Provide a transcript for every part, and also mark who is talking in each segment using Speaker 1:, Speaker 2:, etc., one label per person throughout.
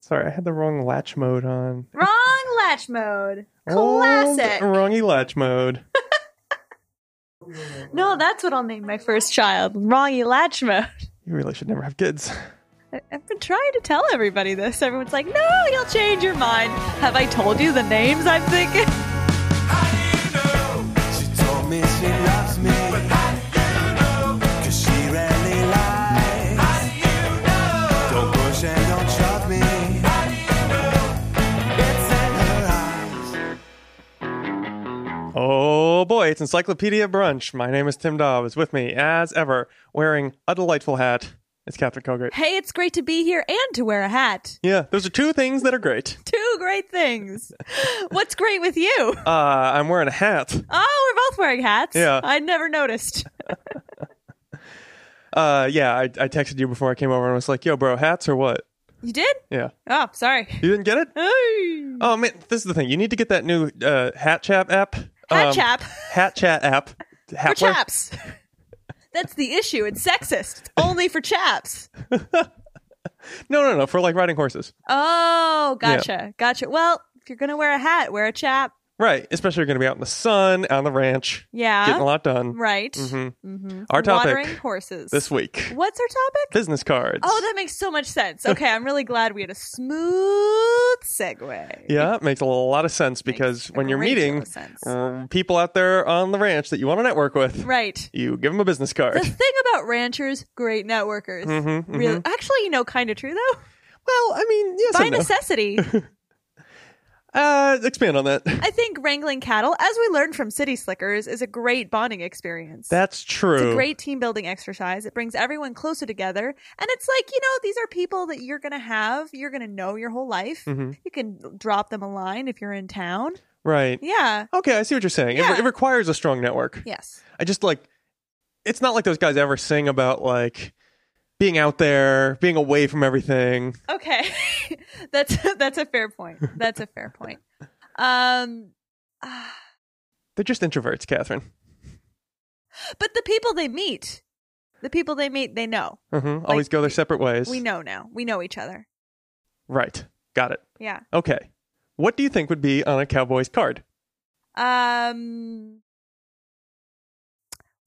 Speaker 1: Sorry, I had the wrong latch mode on.
Speaker 2: Wrong latch mode. Classic.
Speaker 1: Old wrongy latch mode.
Speaker 2: No, that's what I'll name my first child. Wrongy latch mode.
Speaker 1: You really should never have kids.
Speaker 2: I- I've been trying to tell everybody this. Everyone's like, no, you'll change your mind. Have I told you the names I'm thinking?
Speaker 3: She told me she loves me. But how do you know? Cause she rarely lies. How do you know? Don't push and don't shove me. How do you know? It's in her eyes.
Speaker 1: Oh boy, it's Encyclopedia Brunch. My name is Tim Dobbs. With me, as ever, wearing a delightful hat, it's Catherine Cogate.
Speaker 2: Hey, it's great to be here and to wear a hat.
Speaker 1: Yeah, those are two things that are great.
Speaker 2: Two great things. What's great with you?
Speaker 1: Uh, I'm wearing a hat.
Speaker 2: Oh, we're both wearing hats.
Speaker 1: Yeah.
Speaker 2: I never noticed.
Speaker 1: Uh, yeah, I, I texted you before I came over and was like, yo, bro, hats or what?
Speaker 2: You did?
Speaker 1: Yeah.
Speaker 2: Oh, sorry.
Speaker 1: You didn't get it?
Speaker 2: Hey.
Speaker 1: Oh man, this is the thing. You need to get that new uh, Hat Chap app.
Speaker 2: Hat
Speaker 1: Um,
Speaker 2: chap.
Speaker 1: Hat Chat app.
Speaker 2: For
Speaker 1: Hat
Speaker 2: chaps. That's the issue. It's sexist. It's only for chaps.
Speaker 1: No, no, no. For like riding horses,
Speaker 2: Oh, gotcha. Gotcha. Well, if you're going to wear a hat, wear a chap.
Speaker 1: right? Especially you're going to be out in the sun, on the ranch, getting a
Speaker 2: Yeah.
Speaker 1: lot done.
Speaker 2: Right.
Speaker 1: Mm-hmm. Our topic
Speaker 2: Watering horses.
Speaker 1: this week:
Speaker 2: What's our topic?
Speaker 1: business cards.
Speaker 2: Oh, that makes so much sense. Okay, I'm really glad we had a smooth segue.
Speaker 1: yeah, it makes a lot of sense because
Speaker 2: a
Speaker 1: when you're
Speaker 2: great deal
Speaker 1: meeting
Speaker 2: of sense.
Speaker 1: um, people out there on the ranch that you want to network with,
Speaker 2: Right.
Speaker 1: you give them a business
Speaker 2: The
Speaker 1: card.
Speaker 2: thing about ranchers, great networkers.
Speaker 1: Mhm, mhm.
Speaker 2: Really, actually, you know, kind of true though.
Speaker 1: well, I mean, yes,
Speaker 2: By
Speaker 1: I know.
Speaker 2: necessity,
Speaker 1: uh, expand on that.
Speaker 2: I think wrangling cattle, as we learned from City Slickers, is a great bonding experience.
Speaker 1: That's true.
Speaker 2: It's a great team building exercise. It brings everyone closer together. And it's like, you know, these are people that you're going to have, you're going to know your whole life.
Speaker 1: Mm-hmm.
Speaker 2: You can drop them a line if you're in town.
Speaker 1: right.
Speaker 2: Yeah.
Speaker 1: Okay, I see what you're saying. It,
Speaker 2: Yeah.
Speaker 1: re- it requires a strong network.
Speaker 2: Yes.
Speaker 1: I just like it's not like those guys ever sing about like being out there, being away from everything.
Speaker 2: Okay. that's that's a fair point. That's a fair point. Um ah,
Speaker 1: They're just introverts, Catherine.
Speaker 2: but the people they meet, the people they meet, they know.
Speaker 1: hmm Always go their separate ways.
Speaker 2: We know now. We know each other.
Speaker 1: Right. Got it.
Speaker 2: Yeah.
Speaker 1: Okay. What do you think would be on a Cowboys card?
Speaker 2: Um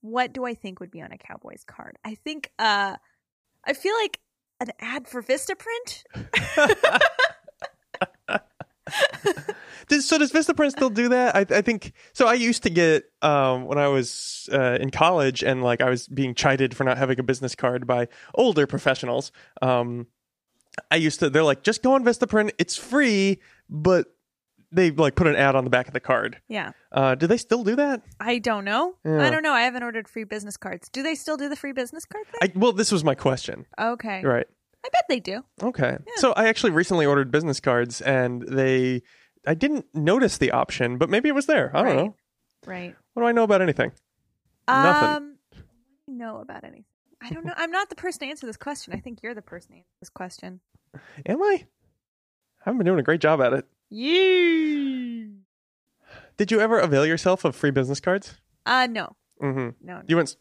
Speaker 2: what do I think would be on a Cowboys card? I think uh I feel like an ad for Vistaprint.
Speaker 1: Does, so does Vistaprint still do that? I, I think so. I used to get um, when I was uh, in college, and like I was being chided for not having a business card by older professionals. Um, I used to. They're like, just go on Vistaprint. It's free, but they like put an ad on the back of the card.
Speaker 2: Yeah.
Speaker 1: Uh, do they still do that?
Speaker 2: I don't know.
Speaker 1: Yeah.
Speaker 2: I don't know. I haven't ordered free business cards. Do they still do the free business card thing?
Speaker 1: I, well, this was my question.
Speaker 2: okay.
Speaker 1: Right.
Speaker 2: I bet they do.
Speaker 1: Okay. So I actually recently ordered business cards, and they. I didn't notice the option, but maybe it was there. I don't
Speaker 2: Right.
Speaker 1: know.
Speaker 2: Right.
Speaker 1: What do I know about anything? Nothing.
Speaker 2: Um, know about anything? I don't know. I'm not the person to answer this question. I think you're the person to answer this question.
Speaker 1: Am I? I've been doing a great job at it.
Speaker 2: You?
Speaker 1: Did you ever avail yourself of free business cards?
Speaker 2: Uh, no,
Speaker 1: Mm-hmm.
Speaker 2: no. no.
Speaker 1: You went.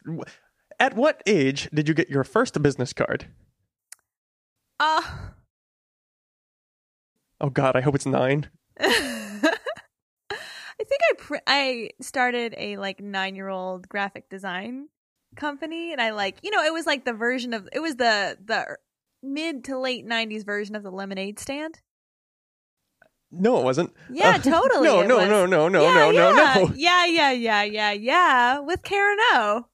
Speaker 1: At what age did you get your first business card?
Speaker 2: Uh,
Speaker 1: Oh God, I hope it's nine.
Speaker 2: I think I pr- I started a like nine year old graphic design company, and I like you know it was like the version of it was the the mid to late '90s version of the lemonade stand.
Speaker 1: No, it wasn't.
Speaker 2: Yeah,
Speaker 1: Uh,
Speaker 2: totally.
Speaker 1: No,
Speaker 2: it
Speaker 1: no,
Speaker 2: was.
Speaker 1: no, no, no,
Speaker 2: yeah,
Speaker 1: no, no,
Speaker 2: yeah.
Speaker 1: no.
Speaker 2: Yeah, yeah, yeah, yeah, yeah. With Karen O.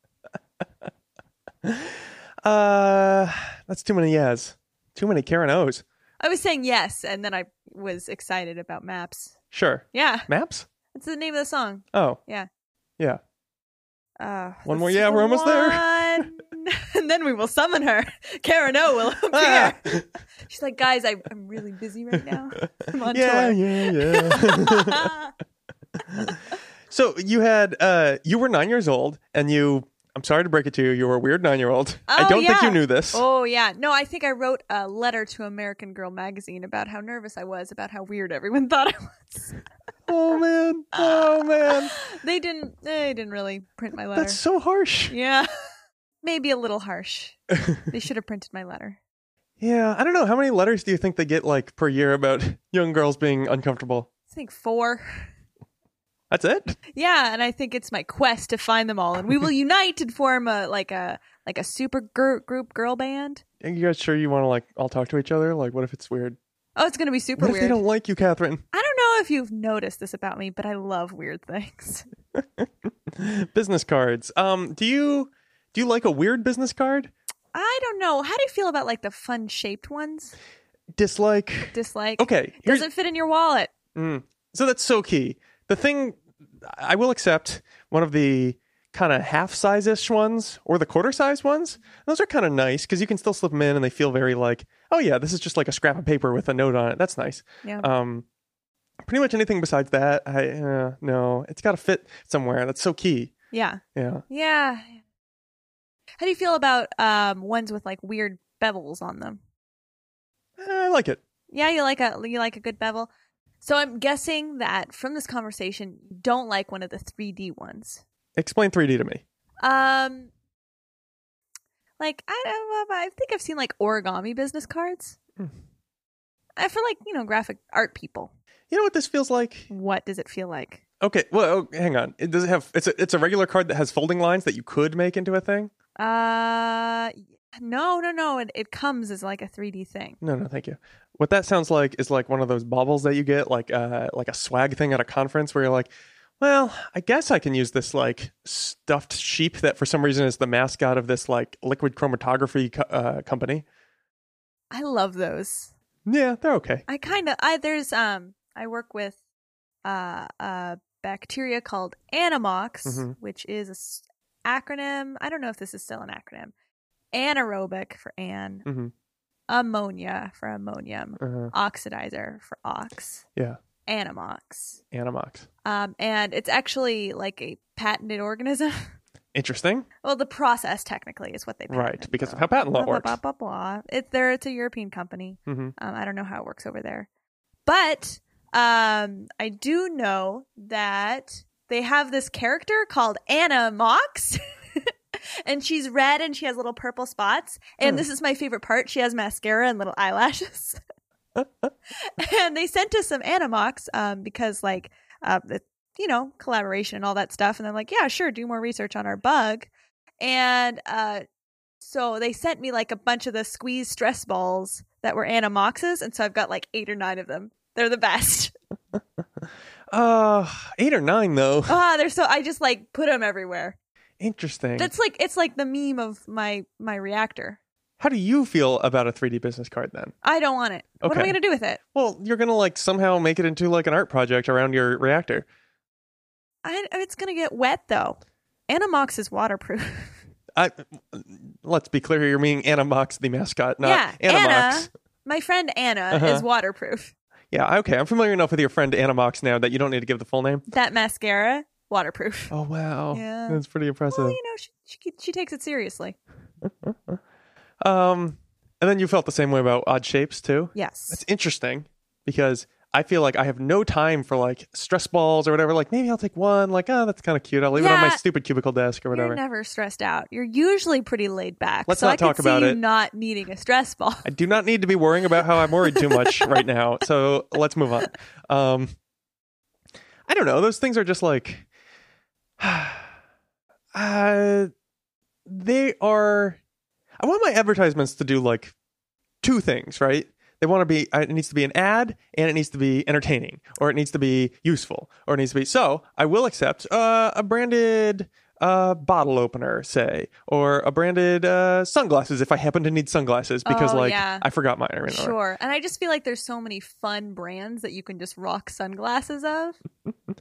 Speaker 1: Uh, that's too many yes. Too many Karen O's.
Speaker 2: I was saying yes, and then I was excited about maps.
Speaker 1: Sure.
Speaker 2: Yeah,
Speaker 1: Maps.
Speaker 2: that's the name of the song.
Speaker 1: Oh.
Speaker 2: Yeah.
Speaker 1: Yeah.
Speaker 2: Uh,
Speaker 1: One
Speaker 2: the
Speaker 1: more- yeah, we're almost there.
Speaker 2: one- and then we will summon her. Karen O will appear.
Speaker 1: Ah!
Speaker 2: She's like, guys, I, I'm really busy right now. I'm on
Speaker 1: yeah,
Speaker 2: tour.
Speaker 1: yeah, yeah. so you had uh you were nine years old and you I'm sorry to break it to you, you were a weird nine year old. I
Speaker 2: Oh,
Speaker 1: don't think
Speaker 2: yeah.
Speaker 1: you knew this.
Speaker 2: oh yeah, no, I think I wrote a letter to American Girl magazine about how nervous I was, about how weird everyone thought I was.
Speaker 1: Oh man.
Speaker 2: Ah.
Speaker 1: Oh man.
Speaker 2: They didn't. They didn't really print my letter.
Speaker 1: That's so harsh.
Speaker 2: Yeah. Maybe a little harsh. they should have printed my letter.
Speaker 1: Yeah, I don't know. How many letters do you think they get like per year about young girls being uncomfortable?
Speaker 2: I think four.
Speaker 1: That's it.
Speaker 2: Yeah, and I think it's my quest to find them all, and we will unite and form a like a like a super gir- group girl band.
Speaker 1: Are you guys sure you want to like all talk to each other? Like, what if it's weird?
Speaker 2: Oh, it's gonna be super
Speaker 1: what if
Speaker 2: weird.
Speaker 1: they don't like you, Catherine?
Speaker 2: I don't know if you've noticed this about me, but I love weird things.
Speaker 1: business cards. Um, do you do you like a weird business card?
Speaker 2: I don't know. How do you feel about like the fun shaped ones?
Speaker 1: Dislike.
Speaker 2: Dislike.
Speaker 1: Okay. here's-
Speaker 2: Doesn't fit in your wallet.
Speaker 1: Mm. So that's so key. The thing I will accept one of the kind of half size ish ones or the quarter size ones. Those are kind of nice because you can still slip them in and they feel very like, oh yeah, this is just like a scrap of paper with a note on it. That's nice.
Speaker 2: Yeah.
Speaker 1: Um, pretty much anything besides that, I uh, no, it's got to fit somewhere. That's so key.
Speaker 2: Yeah.
Speaker 1: Yeah.
Speaker 2: Yeah. How do you feel about um ones with like weird bevels on them?
Speaker 1: Eh, I like it.
Speaker 2: Yeah, you like a you like a good bevel. So I'm guessing that from this conversation, you don't like one of the 3D ones.
Speaker 1: Explain 3D to me.
Speaker 2: Um, like I don't know, I think I've seen like origami business cards.
Speaker 1: Hmm.
Speaker 2: I for like you know graphic art people.
Speaker 1: You know what this feels like?
Speaker 2: What does it feel like?
Speaker 1: Okay, well, oh, hang on. It does it have it's a, it's a regular card that has folding lines that you could make into a thing?
Speaker 2: Uh, no, no, no. It it comes as like a 3D thing.
Speaker 1: No, no, thank you. What that sounds like is like one of those baubles that you get, like uh, like a swag thing at a conference where you're like, well, I guess I can use this like stuffed sheep that for some reason is the mascot of this like liquid chromatography co- uh, company.
Speaker 2: I love those.
Speaker 1: Yeah, they're okay.
Speaker 2: I kind of I there's um I work with uh a bacteria called Animox,
Speaker 1: Mhm.
Speaker 2: which is a s- acronym. I don't know if this is still an acronym. Anaerobic for an,
Speaker 1: Mhm.
Speaker 2: ammonia for ammonium,
Speaker 1: Uh,
Speaker 2: oxidizer for ox,
Speaker 1: yeah,
Speaker 2: Animox.
Speaker 1: Animox.
Speaker 2: Um, and it's actually like a patented organism.
Speaker 1: Interesting,
Speaker 2: well, the process technically is what they patented,
Speaker 1: right? Because of
Speaker 2: so
Speaker 1: how patent law
Speaker 2: blah,
Speaker 1: works.
Speaker 2: Blah, blah, blah, blah. It, there, it's a European company.
Speaker 1: hmm
Speaker 2: Um, I don't know how it works over there, but um, I do know that they have this character called Anna Mox, and she's red and she has little purple spots. And
Speaker 1: Hmm.
Speaker 2: this is my favorite part: she has mascara and little eyelashes. and they sent us some Anna Mox um, because, like, uh, the, you know, collaboration and all that stuff. And they're like, "Yeah, sure, do more research on our bug." And uh, so they sent me like a bunch of the squeeze stress balls that were Anamoxes, and so I've got like eight or nine of them. They're the best.
Speaker 1: Uh, eight or nine though.
Speaker 2: Ah, they're so I just like put them everywhere.
Speaker 1: Interesting.
Speaker 2: That's like it's like the meme of my my reactor.
Speaker 1: How do you feel about a 3D business card then?
Speaker 2: I don't want it. What am I
Speaker 1: Okay.
Speaker 2: gonna do with it?
Speaker 1: Well, you're gonna like somehow make it into like an art project around your reactor.
Speaker 2: I, it's gonna get wet though. Anamox is waterproof.
Speaker 1: I let's be clear. You're meaning Animox, the mascot, not
Speaker 2: yeah,
Speaker 1: Animox.
Speaker 2: Anna, my friend Anna
Speaker 1: Uh-huh.
Speaker 2: is waterproof.
Speaker 1: Yeah, okay. I'm familiar enough with your friend Animox now that you don't need to give the full name.
Speaker 2: That mascara, waterproof.
Speaker 1: Oh wow,
Speaker 2: Yeah.
Speaker 1: that's pretty impressive.
Speaker 2: Well, you know, she, she she takes it seriously.
Speaker 1: Um, and then you felt the same way about odd shapes too.
Speaker 2: Yes.
Speaker 1: That's interesting because I feel like I have no time for like stress balls or whatever. Like maybe I'll take one. Like oh, that's kind of cute. I'll leave it on my
Speaker 2: Yeah.
Speaker 1: stupid cubicle desk or whatever.
Speaker 2: You're never stressed out. You're usually pretty laid back.
Speaker 1: Let's
Speaker 2: so
Speaker 1: not
Speaker 2: I could
Speaker 1: talk about
Speaker 2: see you
Speaker 1: it.
Speaker 2: Not needing a stress ball.
Speaker 1: I do not need to be worrying about how I'm worried too much right now. So let's move on. Um, I don't know. Those things are just like, uh, they are. I want my advertisements to do like two things, right? They want to be. uh, It needs to be an ad, and it needs to be entertaining, or it needs to be useful, or it needs to be. So I will accept uh, a branded uh, bottle opener, say, or a branded uh, sunglasses if I happen to need sunglasses because,
Speaker 2: Oh,
Speaker 1: like,
Speaker 2: yeah.
Speaker 1: I forgot mine. Or whatever.
Speaker 2: Sure. And I just feel like there's so many fun brands that you can just rock sunglasses of.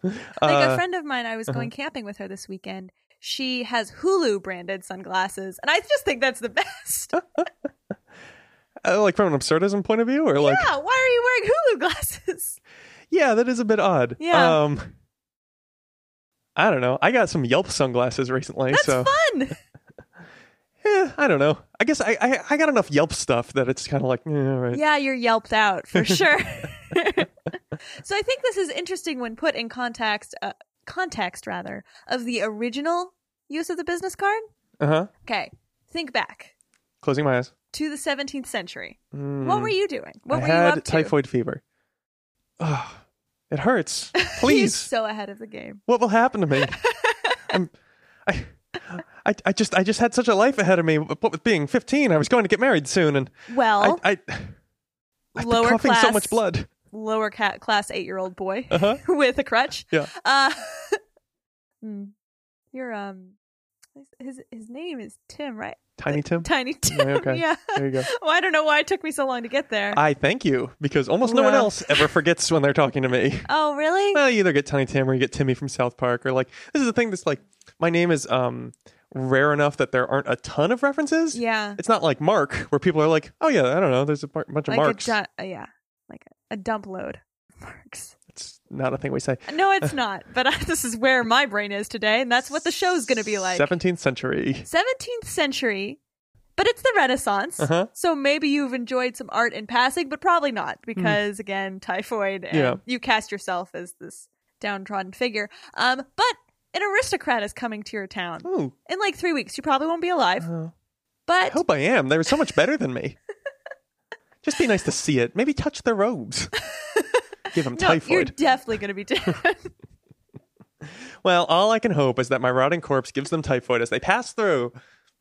Speaker 2: Like a
Speaker 1: Uh,
Speaker 2: friend of mine, I was going camping with her this weekend. She has Hulu branded sunglasses, and I just think that's the best.
Speaker 1: uh, like from an absurdism point of view, or like,
Speaker 2: yeah, why are you wearing Hulu glasses?
Speaker 1: yeah, that is a bit odd.
Speaker 2: Yeah.
Speaker 1: Um, I don't know. I got some Yelp sunglasses recently,
Speaker 2: That's
Speaker 1: so
Speaker 2: fun.
Speaker 1: eh, I don't know. I guess I, I I got enough Yelp stuff that it's kind of like, eh, all right.
Speaker 2: Yeah, you're yelped out for sure. so I think this is interesting when put in context, uh, context rather, of the original use of the business card.
Speaker 1: Uh huh.
Speaker 2: Okay, think back
Speaker 1: Closing my eyes.
Speaker 2: to the 17th century.
Speaker 1: Mm.
Speaker 2: What were you doing? What
Speaker 1: I
Speaker 2: were
Speaker 1: had
Speaker 2: you up to?
Speaker 1: typhoid fever. Ugh, it hurts.
Speaker 2: He's
Speaker 1: Please,
Speaker 2: so ahead of the game.
Speaker 1: what will happen to me? I'm, I, I, I just, I just had such a life ahead of me. What with being 15, I was going to get married soon, and
Speaker 2: Well,
Speaker 1: I, I, I've been
Speaker 2: lower
Speaker 1: coughing
Speaker 2: class,
Speaker 1: so much blood.
Speaker 2: lower ca- class eight year old boy
Speaker 1: Uh huh.
Speaker 2: with a crutch.
Speaker 1: Yeah.
Speaker 2: Uh, hmm. your um, his his name is Tim, right?
Speaker 1: Tiny Tim.
Speaker 2: Tiny Tim.
Speaker 1: okay.
Speaker 2: Yeah.
Speaker 1: There you go.
Speaker 2: Well, I don't know why it took me so long to get there.
Speaker 1: I thank you because almost no one
Speaker 2: Well.
Speaker 1: else ever forgets when they're talking to me.
Speaker 2: oh, really?
Speaker 1: Well, you either get Tiny Tim or you get Timmy from South Park, or like this is the thing that's like my name is um rare enough that there aren't a ton of references.
Speaker 2: yeah.
Speaker 1: It's not like Mark, where people are like, "Oh yeah, I don't know." There's a bar- bunch of
Speaker 2: Like
Speaker 1: marks.
Speaker 2: a du- uh, yeah, like a, a dump load. of Marks.
Speaker 1: it's not a thing we say.
Speaker 2: No, it's not. But I, this is where my brain is today, and that's what the show's going to be like.
Speaker 1: 17th century.
Speaker 2: 17th century, but it's the Renaissance.
Speaker 1: Uh-huh.
Speaker 2: So maybe you've enjoyed some art in passing, but probably not because, again, typhoid and
Speaker 1: Yeah.
Speaker 2: you cast yourself as this downtrodden figure. Um, but an aristocrat is coming to your town
Speaker 1: Ooh,
Speaker 2: in like three weeks. You probably won't be alive,
Speaker 1: uh, I
Speaker 2: but
Speaker 1: hope I am. They were so much better than me. Just be nice to see it. Maybe touch their robes. Give them
Speaker 2: no, you're
Speaker 1: typhoid.
Speaker 2: definitely going to be dead.
Speaker 1: Well, all I can hope is that my rotting corpse gives them typhoid as they pass through.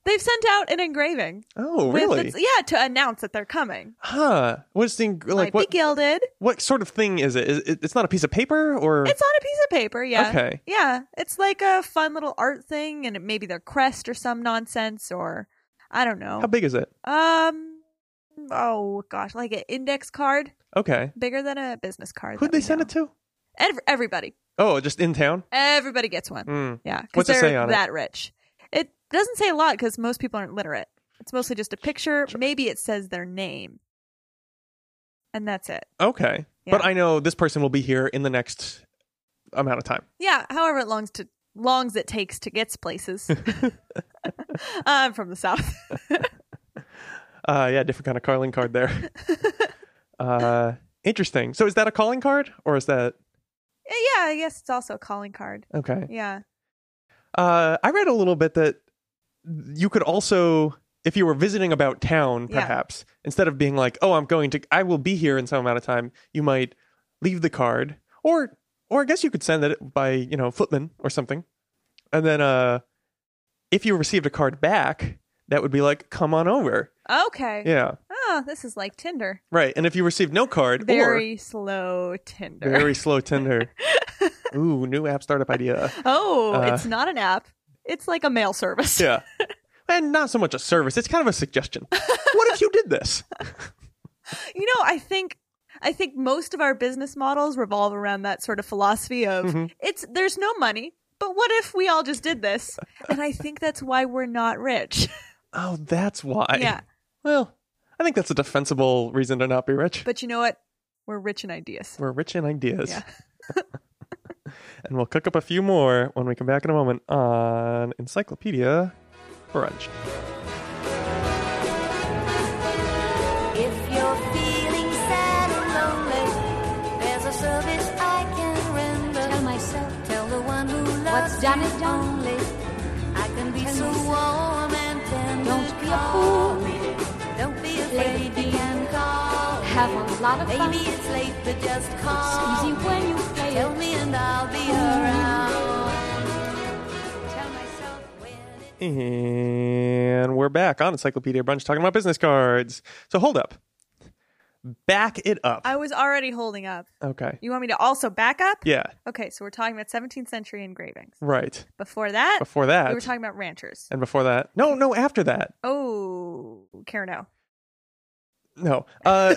Speaker 2: They've sent out an engraving.
Speaker 1: Oh,
Speaker 2: with
Speaker 1: really?
Speaker 2: its- e- yeah, to announce that they're coming.
Speaker 1: Huh? What's the like?
Speaker 2: Might
Speaker 1: What
Speaker 2: be gilded.
Speaker 1: what sort of thing is it? Is it? It's not a piece of paper, or
Speaker 2: It's on a piece of paper, yeah.
Speaker 1: Okay.
Speaker 2: Yeah. It's like a fun little art thing and it maybe their crest or some nonsense or I don't know.
Speaker 1: how big is it?
Speaker 2: Um oh gosh, like an index card
Speaker 1: Okay.
Speaker 2: bigger than a business card.
Speaker 1: Who'd they send it to?
Speaker 2: to? Ev- everybody.
Speaker 1: Oh, just in town.
Speaker 2: Everybody gets one.
Speaker 1: Mm.
Speaker 2: Yeah, cuz
Speaker 1: What's it
Speaker 2: they're
Speaker 1: say on it?
Speaker 2: that rich. It doesn't say a lot cuz most people aren't literate. It's mostly just a picture. Maybe it says their name. And that's it.
Speaker 1: Okay.
Speaker 2: Yeah.
Speaker 1: But I know this person will be here in the next amount of time.
Speaker 2: Yeah, however it longs to longs it takes to get places. I'm from the south.
Speaker 1: Uh, yeah, different kind of calling card there. uh, interesting. So is that a calling card or is that
Speaker 2: yeah, I guess it's also a calling card.
Speaker 1: okay?
Speaker 2: Yeah.
Speaker 1: Uh, I read a little bit that you could also, if you were visiting about town,
Speaker 2: Yeah.
Speaker 1: perhaps instead of being like, "Oh, I'm going to, I will be here in some amount of time," you might leave the card, or, or I guess you could send it by you know footman or something, and then uh, if you received a card back, that would be like, "Come on over."
Speaker 2: Okay.
Speaker 1: Yeah,
Speaker 2: Oh, this is like Tinder.
Speaker 1: right. And if you received no card,
Speaker 2: Very slow Tinder.
Speaker 1: or very slow Tinder. Ooh, new app startup idea.
Speaker 2: oh,
Speaker 1: Uh,
Speaker 2: it's not an app. It's like a mail service.
Speaker 1: Yeah. And not so much a service, it's kind of a suggestion. what if you did this?
Speaker 2: You know, I think I think most of our business models revolve around that sort of philosophy of
Speaker 1: Mhm.
Speaker 2: it's there's no money, but what if we all just did this? And I think that's why we're not rich.
Speaker 1: Oh, that's why.
Speaker 2: yeah.
Speaker 1: Well, I think that's a defensible reason to not be rich.
Speaker 2: But you know what? We're rich in ideas.
Speaker 1: We're rich in ideas.
Speaker 2: Yeah.
Speaker 1: and we'll cook up a few more when we come back in a moment on Encyclopedia Brunch.
Speaker 4: If you're feeling sad or lonely, there's a service I can render.
Speaker 5: Tell myself
Speaker 4: Tell the one who loves
Speaker 5: what's done
Speaker 4: you
Speaker 5: is done.
Speaker 4: only. I can be
Speaker 5: Tell
Speaker 4: so
Speaker 5: me so.
Speaker 4: warm and tender.
Speaker 5: Don't be a
Speaker 4: Call
Speaker 5: fool.
Speaker 4: me. Don't be afraid.
Speaker 5: Lady.
Speaker 4: You can call. me.
Speaker 5: Have a lot of fun.
Speaker 4: Baby, it's late, but just
Speaker 5: It's
Speaker 4: call.
Speaker 5: easy when you play
Speaker 4: Tell
Speaker 5: it.
Speaker 4: me and I'll be around. Tell myself when it's
Speaker 1: And we're back on Encyclopedia Brunch talking about business cards. So hold up. Back it up.
Speaker 2: I was already holding up.
Speaker 1: okay.
Speaker 2: You want me to also back up?
Speaker 1: Yeah,
Speaker 2: Okay, so we're talking about 17th century engravings.
Speaker 1: right.
Speaker 2: Before that,
Speaker 1: Before that.
Speaker 2: we were talking about ranchers.
Speaker 1: and before that. No, no, after that.
Speaker 2: Oh, Carano.
Speaker 1: No. Uh,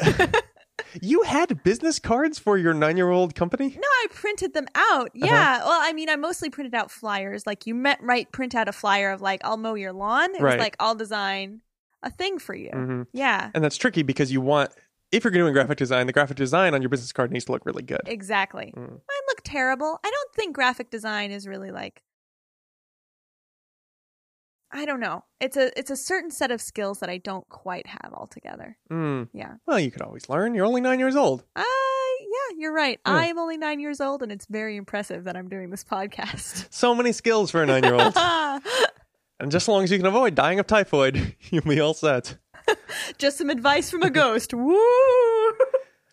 Speaker 1: you had business cards for your nine year old company?
Speaker 2: No, I printed them out.
Speaker 1: Uh-huh.
Speaker 2: Yeah. Well, I mean, I mostly printed out flyers. Like you met, right? Print out a flyer of like, I'll mow your lawn. It
Speaker 1: Right.
Speaker 2: was like, I'll design a thing for you.
Speaker 1: Mm-hmm.
Speaker 2: Yeah.
Speaker 1: And that's tricky because you want, if you're doing graphic design, the graphic design on your business card needs to look really good.
Speaker 2: Exactly.
Speaker 1: Mm.
Speaker 2: Mine look terrible. I don't think graphic design is really like I don't know. It's a it's a certain set of skills that I don't quite have altogether.
Speaker 1: Mm.
Speaker 2: Yeah.
Speaker 1: Well, you could always learn. You're only nine years old.
Speaker 2: Uh yeah, you're right.
Speaker 1: Yeah.
Speaker 2: I'm only 9 years old and it's very impressive that I'm doing this podcast.
Speaker 1: So many skills for a nine year old.
Speaker 2: Ah.
Speaker 1: and just as long as you can avoid dying of typhoid, you'll be all set.
Speaker 2: Just some advice from a ghost. Woo!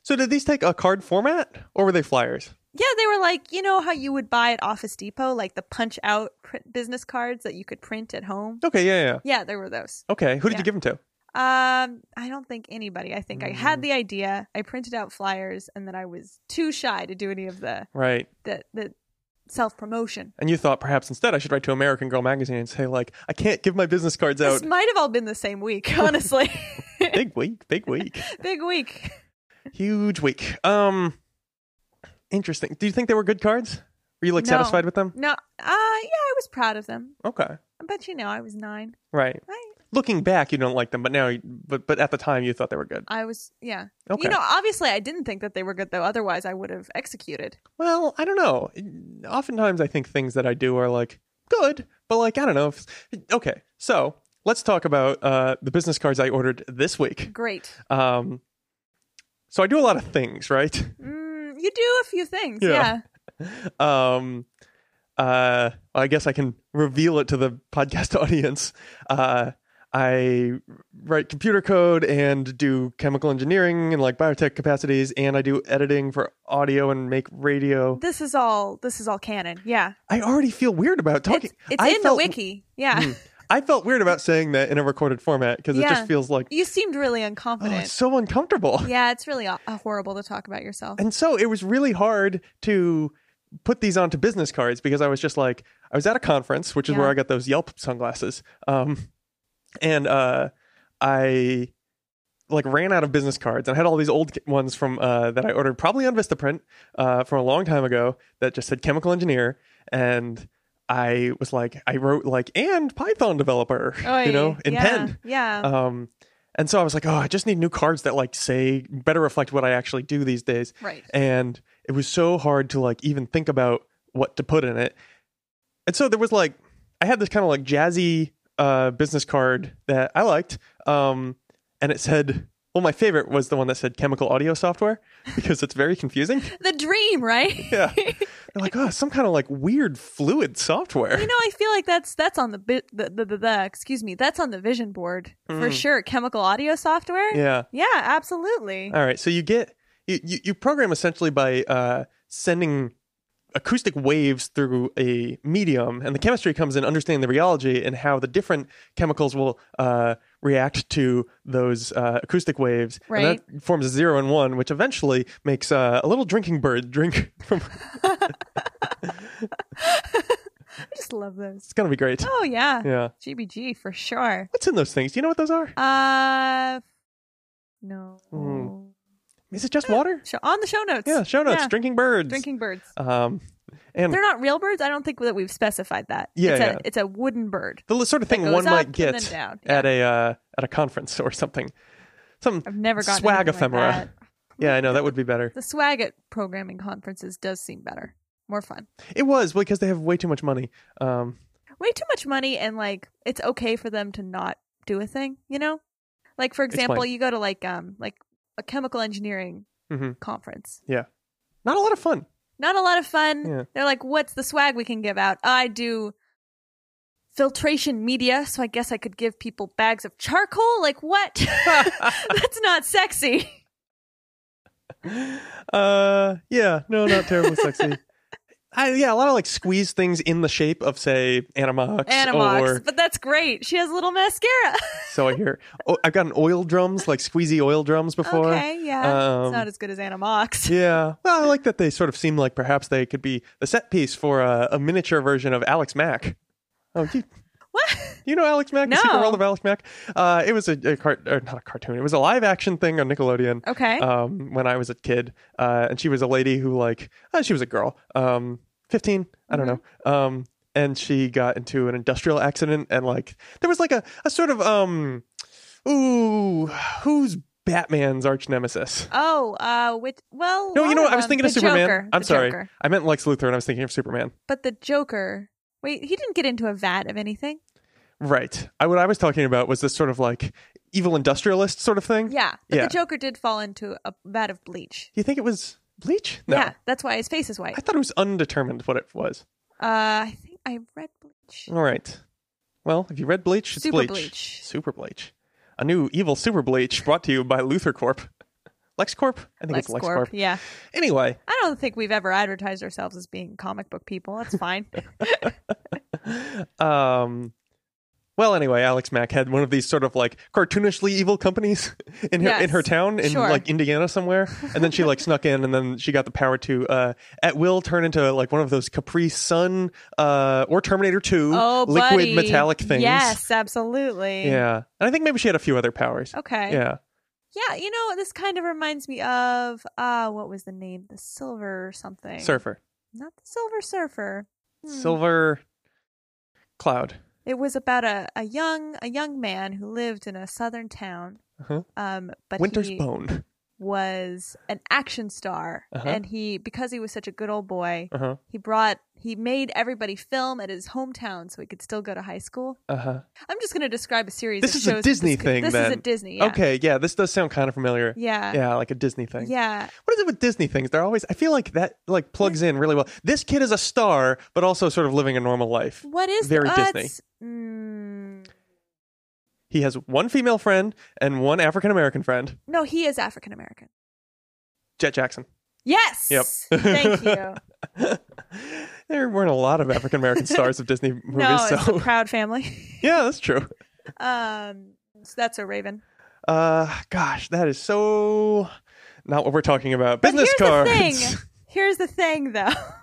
Speaker 1: So did these take a card format or were they flyers?
Speaker 2: Yeah, they were like, you know how you would buy at Office Depot, like the punch out print business cards that you could print at home?
Speaker 1: Okay, yeah, yeah.
Speaker 2: Yeah, there were those.
Speaker 1: Okay, who did
Speaker 2: Yeah.
Speaker 1: you give them to?
Speaker 2: Um, I don't think anybody. I think I
Speaker 1: Mm.
Speaker 2: had the idea. I printed out flyers, and then I was too shy to do any of the
Speaker 1: Right.
Speaker 2: the, the self promotion.
Speaker 1: And you thought perhaps instead I should write to American Girl magazine and say like, I can't give my business cards out.
Speaker 2: This might have all been the same week, honestly.
Speaker 1: big week, big week,
Speaker 2: Big week.
Speaker 1: huge week. Um, interesting. Do you think they were good cards? Were you like
Speaker 2: No.
Speaker 1: satisfied with them?
Speaker 2: No, uh, yeah, I was proud of them.
Speaker 1: Okay,
Speaker 2: But you know, I was nine.
Speaker 1: right.
Speaker 2: I
Speaker 1: Looking back, you don't like them, but now, you- but but at the time you thought they were good.
Speaker 2: I was yeah.
Speaker 1: Okay.
Speaker 2: You know, obviously, I didn't think that they were good though. Otherwise, I would have executed.
Speaker 1: Well, I don't know. Oftentimes, I think things that I do are like good, but like I don't know. If, okay, so let's talk about uh, the business cards I ordered this week.
Speaker 2: Great.
Speaker 1: Um, so I do a lot of things, right?
Speaker 2: Mm, you do a few things.
Speaker 1: Yeah.
Speaker 2: Yeah.
Speaker 1: Um, uh, I guess I can reveal it to the podcast audience. Uh, I write computer code and do chemical engineering and like biotech capacities, and I do editing for audio and make radio.
Speaker 2: This is all. This is all canon. Yeah.
Speaker 1: I already feel weird about talking.
Speaker 2: It's, it's
Speaker 1: I
Speaker 2: in
Speaker 1: felt- Mm.
Speaker 2: the wiki. Yeah.
Speaker 1: I felt weird about saying that in a recorded format because it
Speaker 2: Yeah.
Speaker 1: just feels like
Speaker 2: You seemed really
Speaker 1: oh, it's
Speaker 2: unconfident.
Speaker 1: so uncomfortable.
Speaker 2: yeah, it's really uh, horrible to talk about yourself.
Speaker 1: And so it was really hard to put these onto business cards because I was just like, I was at a conference, which is
Speaker 2: Yeah.
Speaker 1: where I got those Yelp sunglasses. Um, and uh, I like ran out of business cards and I had all these old ones from uh, that I ordered probably on Vistaprint uh, from a long time ago that just said chemical engineer and I was like I wrote like and Python developer you know in
Speaker 2: yeah,
Speaker 1: pen
Speaker 2: Yeah.
Speaker 1: um and so I was like oh I just need new cards that like say better reflect what I actually do these days
Speaker 2: right.
Speaker 1: and it was so hard to like even think about what to put in it and so there was like i had this kind of like jazzy uh business card that i liked um and it said well my favorite was the one that said chemical audio software because it's very confusing
Speaker 2: the dream, right?
Speaker 1: yeah they're like oh some kind of like weird fluid software
Speaker 2: You know, I feel like that's that's on the bit the, the, the, the excuse me that's on the vision board for sure. Chemical audio software.
Speaker 1: yeah Uh,
Speaker 2: Yeah, absolutely.
Speaker 1: all right so you get you you, you program essentially by uh sending acoustic waves through a medium, and the chemistry comes in understanding the rheology and how the different chemicals will uh, react to those uh, acoustic waves. And that forms a zero and one, which eventually makes uh, a little drinking bird drink. From,
Speaker 2: I just love those.
Speaker 1: it's gonna be great.
Speaker 2: Oh yeah.
Speaker 1: Yeah.
Speaker 2: GBG for sure.
Speaker 1: What's in those things? Do you know what those are?
Speaker 2: Uh, no.
Speaker 1: Hmm. Is it just water?
Speaker 2: Sho- on the show notes.
Speaker 1: Yeah, show notes.
Speaker 2: Yeah.
Speaker 1: Drinking birds.
Speaker 2: Drinking birds.
Speaker 1: Um, and
Speaker 2: They're not real birds. I don't think that we've specified that.
Speaker 1: Yeah,
Speaker 2: it's,
Speaker 1: yeah.
Speaker 2: A, it's a wooden bird.
Speaker 1: the sort of thing
Speaker 2: goes
Speaker 1: one
Speaker 2: up
Speaker 1: might
Speaker 2: and
Speaker 1: get
Speaker 2: then down.
Speaker 1: at a uh, at a conference or something. Some
Speaker 2: I've never gotten
Speaker 1: swag
Speaker 2: anything
Speaker 1: ephemera.
Speaker 2: Like that.
Speaker 1: yeah, I know that would be better.
Speaker 2: The swag at programming conferences does seem better, more fun.
Speaker 1: It was because they have way too much money. Um,
Speaker 2: Way too much money, and like it's okay for them to not do a thing. You know, like for example,
Speaker 1: Explain.
Speaker 2: you go to like um like a chemical engineering
Speaker 1: Mhm.
Speaker 2: conference.
Speaker 1: not a lot of fun.
Speaker 2: Not a lot of fun.
Speaker 1: Yeah.
Speaker 2: They're like, what's the swag we can give out? I do filtration media, so I guess I could give people bags of charcoal. Like what? That's not sexy.
Speaker 1: Uh, yeah, no, not terribly sexy. I, yeah, a lot of like squeeze things in the shape of say Animox,
Speaker 2: Animox,
Speaker 1: or
Speaker 2: but that's great. She has a little mascara.
Speaker 1: so I hear. Oh, I've gotten oil drums, like squeezy oil drums before.
Speaker 2: okay, yeah.
Speaker 1: Um,
Speaker 2: it's not as good as Animox.
Speaker 1: Yeah, well, I like that they sort of seem like perhaps they could be the set piece for a, a miniature version of Alex Mack. Oh, you,
Speaker 2: What?
Speaker 1: you know Alex Mack, the Secret
Speaker 2: No.
Speaker 1: World of Alex Mack. Uh, it was a, a car- or not a cartoon. It was a live action thing on Nickelodeon.
Speaker 2: Okay.
Speaker 1: um, when I was a kid, uh, and she was a lady who like uh, she was a girl, um, fifteen, I don't
Speaker 2: Mm-hmm.
Speaker 1: know, um, and she got into an industrial accident, and like there was like a, a sort of um, ooh, who's Batman's arch nemesis?
Speaker 2: oh, uh, which? Well,
Speaker 1: No,
Speaker 2: all
Speaker 1: you know what?
Speaker 2: of
Speaker 1: I was
Speaker 2: them.
Speaker 1: thinking of
Speaker 2: Um, The
Speaker 1: Superman.
Speaker 2: Joker.
Speaker 1: I'm
Speaker 2: The
Speaker 1: sorry,
Speaker 2: Joker.
Speaker 1: I meant Lex Luthor, and I was thinking of Superman.
Speaker 2: But the Joker. Wait, he didn't get into a vat of anything.
Speaker 1: Right. I, what I was talking about was this sort of like evil industrialist sort of thing.
Speaker 2: Yeah, but
Speaker 1: Yeah.
Speaker 2: the Joker did fall into a vat of bleach.
Speaker 1: Do you think it was bleach? No.
Speaker 2: Yeah, that's why his face is white.
Speaker 1: I thought it was undetermined what it was.
Speaker 2: Uh, I think I read bleach.
Speaker 1: All right. Well, if you read Bleach, it's
Speaker 2: Super
Speaker 1: Bleach.
Speaker 2: Bleach.
Speaker 1: Super Bleach. a new evil super bleach brought to you by Luther Corp. LexCorp? I think it's LexCorp.
Speaker 2: Yeah.
Speaker 1: Anyway,
Speaker 2: I don't think we've ever advertised ourselves as being comic book people. That's fine.
Speaker 1: um, well, anyway, Alex Mack had one of these sort of like cartoonishly evil companies in her in her
Speaker 2: Yes,
Speaker 1: town in
Speaker 2: sure.
Speaker 1: like Indiana somewhere, and then she like snuck in, and then she got the power to uh, at will turn into like one of those Capri Sun uh, or Terminator Two
Speaker 2: oh,
Speaker 1: liquid
Speaker 2: buddy.
Speaker 1: metallic things.
Speaker 2: Yes, absolutely.
Speaker 1: Yeah, and I think maybe she had a few other powers.
Speaker 2: Okay.
Speaker 1: Yeah.
Speaker 2: Yeah, you know, this kind of reminds me of uh what was the name? The Silver something.
Speaker 1: Surfer.
Speaker 2: Not the Silver Surfer. Hmm.
Speaker 1: Silver Cloud.
Speaker 2: It was about a, a young a young man who lived in a southern town.
Speaker 1: Uh-huh.
Speaker 2: Um but
Speaker 1: Winter's
Speaker 2: he
Speaker 1: Bone.
Speaker 2: was an action star
Speaker 1: Uh-huh.
Speaker 2: and he because he was such a good old boy,
Speaker 1: Uh huh.
Speaker 2: he brought he made everybody film at his hometown so he could still go to high school.
Speaker 1: Uh huh.
Speaker 2: I'm just going to describe a series
Speaker 1: This
Speaker 2: of
Speaker 1: is a
Speaker 2: shows.
Speaker 1: Disney
Speaker 2: this,
Speaker 1: thing,
Speaker 2: This is a
Speaker 1: then.
Speaker 2: Disney. Yeah.
Speaker 1: Okay. Yeah. This does sound kind of familiar.
Speaker 2: Yeah.
Speaker 1: Yeah, like a Disney thing.
Speaker 2: Yeah.
Speaker 1: What is it with Disney things? They're always. I feel like that like plugs in really well. This kid is a star, but also sort of living a normal life.
Speaker 2: What is
Speaker 1: Very
Speaker 2: the, uh,
Speaker 1: Disney.
Speaker 2: it's- mm,
Speaker 1: He has one female friend and one African American friend.
Speaker 2: no, he is African American.
Speaker 1: Jet Jackson.
Speaker 2: Yes.
Speaker 1: Yep.
Speaker 2: Thank you.
Speaker 1: There weren't a lot of African American stars of Disney movies,
Speaker 2: no, it's
Speaker 1: so
Speaker 2: a proud family.
Speaker 1: yeah, that's true.
Speaker 2: um, so that's a Raven.
Speaker 1: Uh, gosh, that is so not what we're talking about.
Speaker 2: But
Speaker 1: Business
Speaker 2: here's
Speaker 1: cards.
Speaker 2: The thing. Here's the thing, though. but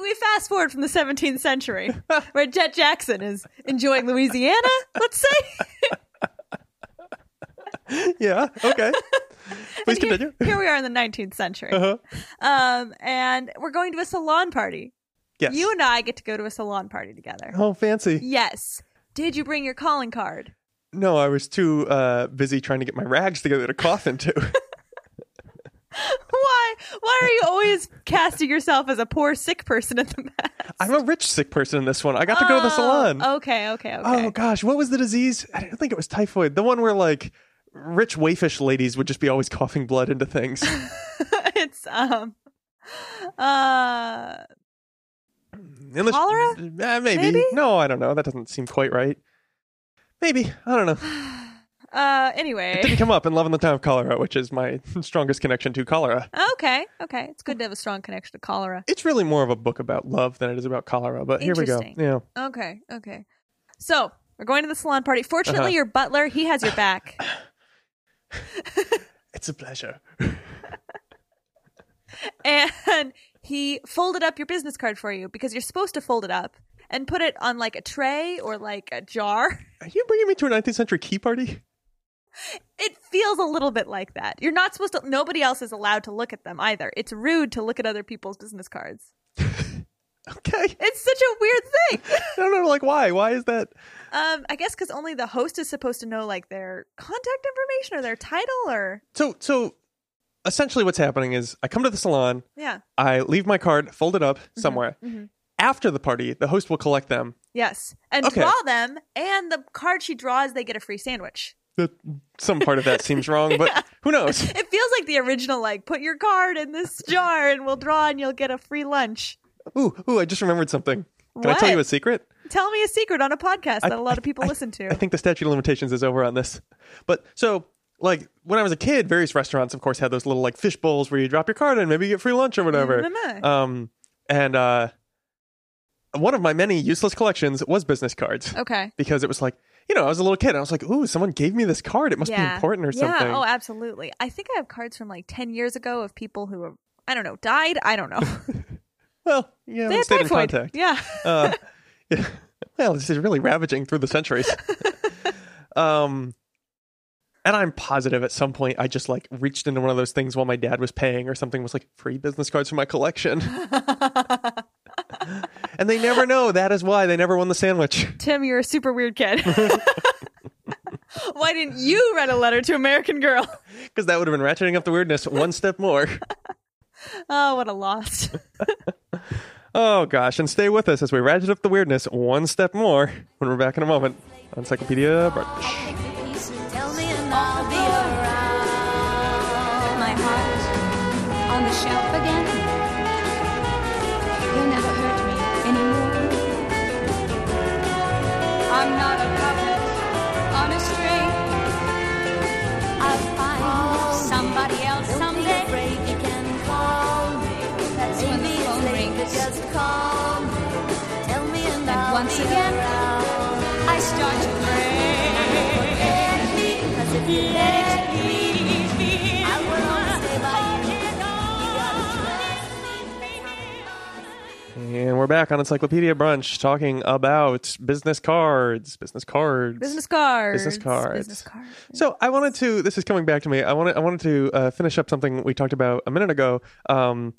Speaker 2: we fast forward from the 17th century, where Jet Jackson is enjoying Louisiana. Let's say.
Speaker 1: yeah. Okay. Please
Speaker 2: And
Speaker 1: continue.
Speaker 2: here, here we are in the 19th century,
Speaker 1: Uh-huh.
Speaker 2: um, and we're going to a salon party.
Speaker 1: Yes.
Speaker 2: You and I get to go to a salon party together.
Speaker 1: oh, fancy.
Speaker 2: Yes. Did you bring your calling card?
Speaker 1: No, I was too uh, busy trying to get my rags together to cough into.
Speaker 2: Why? Why are you always casting yourself as a poor sick person at the back?
Speaker 1: I'm a rich sick person in this one. I got to go
Speaker 2: Oh,
Speaker 1: to the salon.
Speaker 2: Okay, okay, okay.
Speaker 1: Oh gosh, what was the disease? I don't think it was typhoid. The one where like rich waifish ladies would just be always coughing blood into things.
Speaker 2: it's um, uh,
Speaker 1: Unless,
Speaker 2: Cholera?
Speaker 1: Uh, maybe.
Speaker 2: Maybe?
Speaker 1: No, I don't know. That doesn't seem quite right. Maybe. I don't know.
Speaker 2: uh.
Speaker 1: It didn't
Speaker 2: Anyway,
Speaker 1: come up in Love in the Town of Cholera, which is my strongest connection to cholera.
Speaker 2: okay, okay. It's good to have a strong connection to cholera.
Speaker 1: It's really more of a book about love than it is about cholera, but here we go.
Speaker 2: Interesting.
Speaker 1: Yeah.
Speaker 2: Okay, okay. So we're going to the salon party. Fortunately, your butler he has your back.
Speaker 1: It's a pleasure.
Speaker 2: and he folded up your business card for you because you're supposed to fold it up and put it on like a tray or like a jar.
Speaker 1: Are you bringing me to a 19th century key party?
Speaker 2: It feels a little bit like that. You're not supposed to, nobody else is allowed to look at them either. It's rude to look at other people's business cards.
Speaker 1: Okay.
Speaker 2: It's such a weird thing.
Speaker 1: I don't know, like, why? Why is that?
Speaker 2: Um, I guess because only the host is supposed to know like their contact information or their title or,
Speaker 1: So, so essentially what's happening is I come to the salon,
Speaker 2: yeah.
Speaker 1: I leave my card, fold it up
Speaker 2: Mm-hmm,
Speaker 1: somewhere. After the party, the host will collect them.
Speaker 2: Yes. And
Speaker 1: Okay.
Speaker 2: draw them, and the card she draws, they get a free sandwich.
Speaker 1: That some part of that seems wrong, but who knows?
Speaker 2: It feels like the original, like, put your card in this jar and we'll draw and you'll get a free lunch.
Speaker 1: Ooh, ooh, I just remembered something. Can I tell
Speaker 2: What?
Speaker 1: you a secret?
Speaker 2: Tell me a secret on a podcast that a lot of people
Speaker 1: I-
Speaker 2: listen to.
Speaker 1: I think the statute of limitations is over on this. But so, like, when I was a kid, various restaurants, of course, had those little like fish bowls where you drop your card and maybe you get free lunch or whatever.
Speaker 2: Mm-mm.
Speaker 1: Um, and uh, one of my many useless collections was business cards
Speaker 2: okay.
Speaker 1: because it was like, you know, I was a little kid. And I was like, ooh, someone gave me this card. It must be important or something.
Speaker 2: Yeah. Oh, absolutely. I think I have cards from like 10 years ago of people who, have, I don't know, died. I don't know.
Speaker 1: well, yeah,
Speaker 2: they
Speaker 1: we
Speaker 2: had
Speaker 1: stayed in
Speaker 2: typhoid.
Speaker 1: contact.
Speaker 2: Yeah.
Speaker 1: Uh, yeah. Well, this is really ravaging through the centuries. um, and I'm positive at some point I just like reached into one of those things while my dad was paying or something was like free business cards for my collection. and they never know. That is why they never won the sandwich.
Speaker 2: Tim, you're a super weird kid. Why didn't you write a letter to American Girl?
Speaker 1: Because that would have been ratcheting up the weirdness one step more.
Speaker 2: Oh, what a loss.
Speaker 1: Oh gosh, and stay with us as we ratchet up the weirdness one step more when we're back in a moment on Encyclopedia Brunch.
Speaker 4: Take the pieces, tell me and I'll be around.
Speaker 5: My heart on the shelf again. You never hurt me anymore. I'm not a puppet on a string.
Speaker 1: we're back on Encyclopedia Brunch talking about business cards, business cards,
Speaker 2: Business cards.
Speaker 1: cards.
Speaker 2: Business cards.
Speaker 1: So I wanted to. This is coming back to me. I wanted. I wanted to uh, finish up something we talked about a minute ago. Um,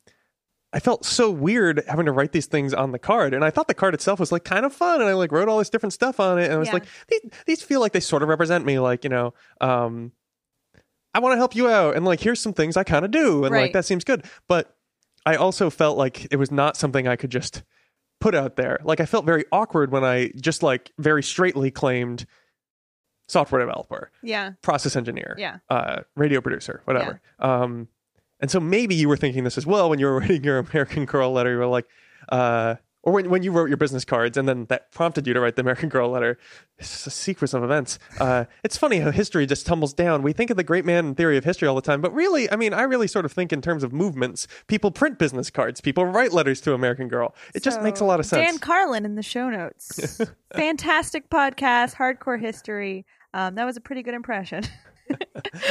Speaker 1: I felt so weird having to write these things on the card, and I thought the card itself was like kind of fun, and I like wrote all this different stuff on it, and I was
Speaker 2: Yeah.
Speaker 1: like, these, these feel like they sort of represent me, like you know. Um, I want to help you out, and like here's some things I kind of do, and like
Speaker 2: Right.
Speaker 1: that seems good. But I also felt like it was not something I could just put out there. Like I felt very awkward when I just like very straightly claimed software developer
Speaker 2: yeah.
Speaker 1: process engineer,
Speaker 2: Yeah.
Speaker 1: uh, radio producer, whatever. Um, and so maybe you were thinking this as well when you were writing your American Girl letter. You were like, uh, or when, when you wrote your business cards, and then that prompted you to write the American Girl letter. It's just a sequence of events. Uh, it's funny how history just tumbles down. We think of the great man theory of history all the time, but really, I mean, I really sort of think in terms of movements. People print business cards. People write letters to American Girl. It just makes a
Speaker 2: So,
Speaker 1: lot of sense.
Speaker 2: Dan Carlin in the show notes. Fantastic podcast, hardcore history. Um, that was a pretty good impression.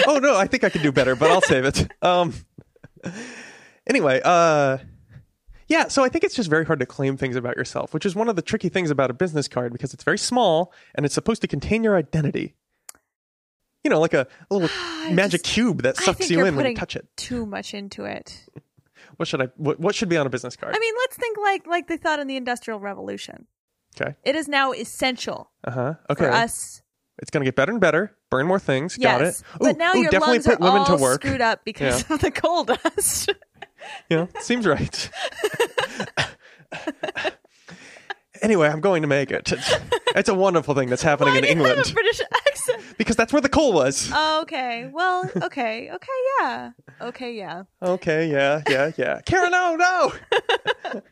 Speaker 1: oh no, I think I can do better, but I'll save it. Um anyway, uh yeah, so I think it's just very hard to claim things about yourself, which is one of the tricky things about a business card because it's very small and it's supposed to contain your identity. You know, like a little magic cube that
Speaker 2: Ah, I
Speaker 1: sucks
Speaker 2: think
Speaker 1: you
Speaker 2: you're
Speaker 1: in when you
Speaker 2: putting
Speaker 1: touch it.
Speaker 2: Too much into it.
Speaker 1: What should I what, what should be on a business card?
Speaker 2: I mean, let's think like like they thought in the Industrial Revolution.
Speaker 1: okay.
Speaker 2: It is now essential
Speaker 1: Uh-huh. Okay.
Speaker 2: for us.
Speaker 1: It's going to get better and better. Burn more things. Got it.
Speaker 2: yes, but
Speaker 1: Ooh,
Speaker 2: now
Speaker 1: ooh,
Speaker 2: your
Speaker 1: definitely
Speaker 2: lungs
Speaker 1: put
Speaker 2: are
Speaker 1: women to
Speaker 2: all
Speaker 1: work.
Speaker 2: screwed up because of the coal dust.
Speaker 1: Yeah, seems right. anyway, I'm going to make it. It's, it's a wonderful thing that's happening
Speaker 2: Why
Speaker 1: in
Speaker 2: do you have a
Speaker 1: England
Speaker 2: British accent. Oh,
Speaker 1: because that's where the coal was.
Speaker 2: Okay. Well. Okay. Okay. Yeah. Okay. Yeah.
Speaker 1: Okay, yeah, yeah, yeah. Karen, no, no.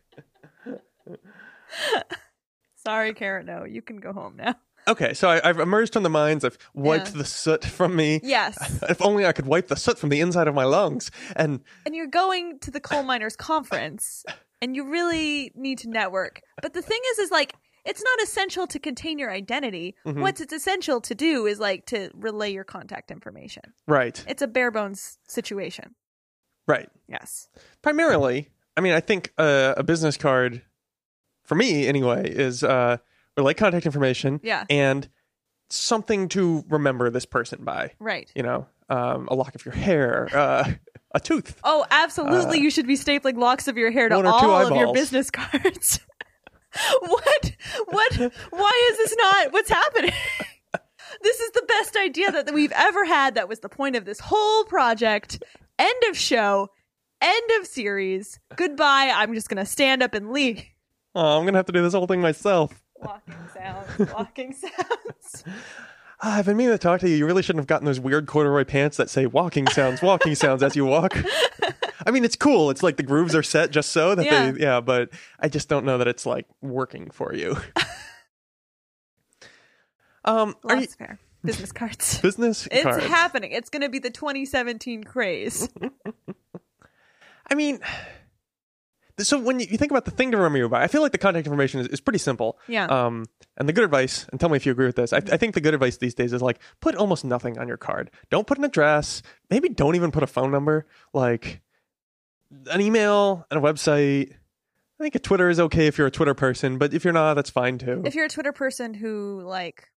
Speaker 2: Sorry, Carrot. No, you can go home now.
Speaker 1: Okay, so I, I've emerged from the mines. I've wiped
Speaker 2: Yeah.
Speaker 1: the soot from me.
Speaker 2: Yes.
Speaker 1: If only I could wipe the soot from the inside of my lungs. And
Speaker 2: and you're going to the coal miners conference and you really need to network but the thing is is like it's not essential to contain your identity
Speaker 1: Mm-hmm.
Speaker 2: what's it's essential to do is like to relay your contact information
Speaker 1: right,
Speaker 2: it's a bare bones situation
Speaker 1: right.
Speaker 2: yes
Speaker 1: primarily i mean i think uh, a business card for me anyway is uh relay contact information
Speaker 2: Yeah.
Speaker 1: and something to remember this person by
Speaker 2: right
Speaker 1: you know um, a lock of your hair uh, a tooth
Speaker 2: oh absolutely you should be stapling locks of your hair to
Speaker 1: Uh, one or two
Speaker 2: all of your
Speaker 1: eyeballs.
Speaker 2: business cards what what why is this not what's happening this is the best idea that, that we've ever had. That was the point of this whole project. End of show. End of series. Goodbye. I'm just gonna stand up and leave.
Speaker 1: oh i'm gonna have to do this whole thing myself
Speaker 2: Walking sounds. Walking sounds.
Speaker 1: ah, i've been meaning to talk to you you really shouldn't have gotten those weird corduroy pants that say walking sounds walking sounds as you walk i mean it's cool it's like the grooves are set just so that
Speaker 2: Yeah.
Speaker 1: they yeah but i just don't know that it's like working for you um are you,
Speaker 2: Lots fair. Business cards.
Speaker 1: business
Speaker 2: It's
Speaker 1: cards.
Speaker 2: happening. It's gonna be the 2017 craze.
Speaker 1: I mean, so when you, you think about the thing to remember you by, I feel like the contact information is, is pretty simple.
Speaker 2: Yeah.
Speaker 1: Um, and the good advice, and tell me if you agree with this. I, I think the good advice these days is like put almost nothing on your card. Don't put an address. Maybe don't even put a phone number. Like an email and a website. I think a Twitter is okay if you're a Twitter person, but if you're not, that's fine too.
Speaker 2: If you're a Twitter person who like,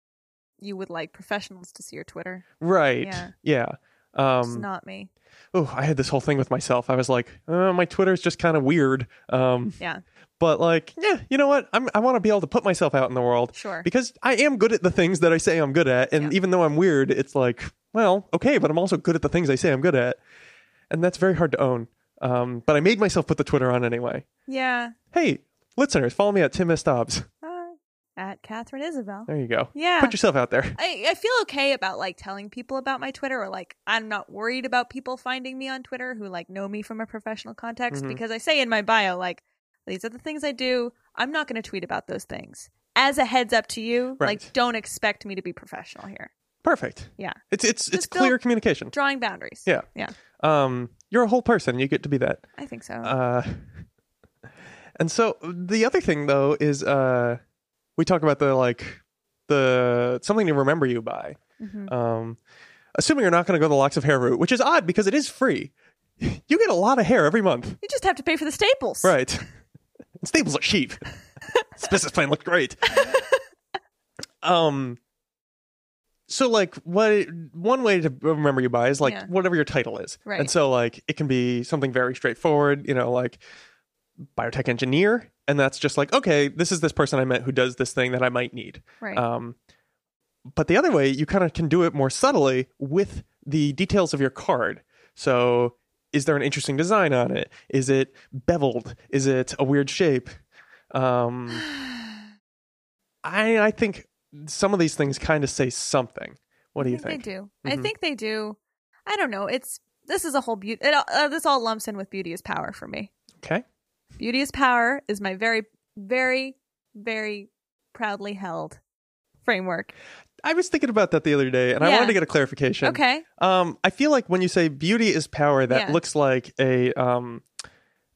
Speaker 2: you would like professionals to see your Twitter.
Speaker 1: right.
Speaker 2: Yeah.
Speaker 1: Yeah.
Speaker 2: It's
Speaker 1: Um,
Speaker 2: not me.
Speaker 1: oh, I had this whole thing with myself. I was like, uh, my Twitter's just kind of weird. Um,
Speaker 2: Yeah.
Speaker 1: but like yeah you know what I'm, i want to be able to put myself out in the world
Speaker 2: Sure.
Speaker 1: because i am good at the things that i say i'm good at and
Speaker 2: Yeah.
Speaker 1: even though i'm weird it's like well okay but i'm also good at the things i say i'm good at and that's very hard to own um, but i made myself put the twitter on anyway
Speaker 2: Yeah.
Speaker 1: hey listeners follow me at tim s dobbs
Speaker 2: Uh, at Catherine Isabel.
Speaker 1: there you go
Speaker 2: Yeah.
Speaker 1: put yourself out there
Speaker 2: I, I feel okay about like telling people about my Twitter or like I'm not worried about people finding me on Twitter who like know me from a professional context
Speaker 1: Mm-hmm.
Speaker 2: because I say in my bio like these are the things I do. I'm not going to tweet about those things. As a heads up to you,
Speaker 1: Right.
Speaker 2: like don't expect me to be professional here.
Speaker 1: perfect
Speaker 2: Yeah.
Speaker 1: it's it's it's
Speaker 2: Just
Speaker 1: clear
Speaker 2: build-
Speaker 1: communication
Speaker 2: Drawing boundaries.
Speaker 1: Yeah.
Speaker 2: Yeah.
Speaker 1: um you're a whole person you get to be that
Speaker 2: I think so.
Speaker 1: Uh, and so the other thing though is uh, we talk about the like the something to remember you by. Um, assuming you're not going to go the locks of hair route, which is odd because it is free. You get a lot of hair every month,
Speaker 2: you just have to pay for the staples.
Speaker 1: right? And staples are cheap. this business plan looked great. um, so like what one way to remember you by is like
Speaker 2: Yeah.
Speaker 1: whatever your title is,
Speaker 2: Right.
Speaker 1: And so like it can be something very straightforward, you know, like biotech engineer, and that's just like okay, this is this person I met who does this thing that I might need.
Speaker 2: Right.
Speaker 1: Um, but the other way, you kind of can do it more subtly with the details of your card. So, is there an interesting design on it? Is it beveled? Is it a weird shape? Um, I I think some of these things kind of say something. What do you
Speaker 2: I think
Speaker 1: think?
Speaker 2: they do. I
Speaker 1: Mhm.
Speaker 2: think they do. I don't know. It's this is a whole beauty. It, all- uh, this all lumps in with beauty is power for me.
Speaker 1: Okay,
Speaker 2: Beauty is power is my very, very, very proudly held framework.
Speaker 1: I was thinking about that the other day, and I
Speaker 2: Yeah.
Speaker 1: wanted to get a clarification.
Speaker 2: Okay.
Speaker 1: Um, I feel like when you say beauty is power, that
Speaker 2: Yeah.
Speaker 1: looks like a um,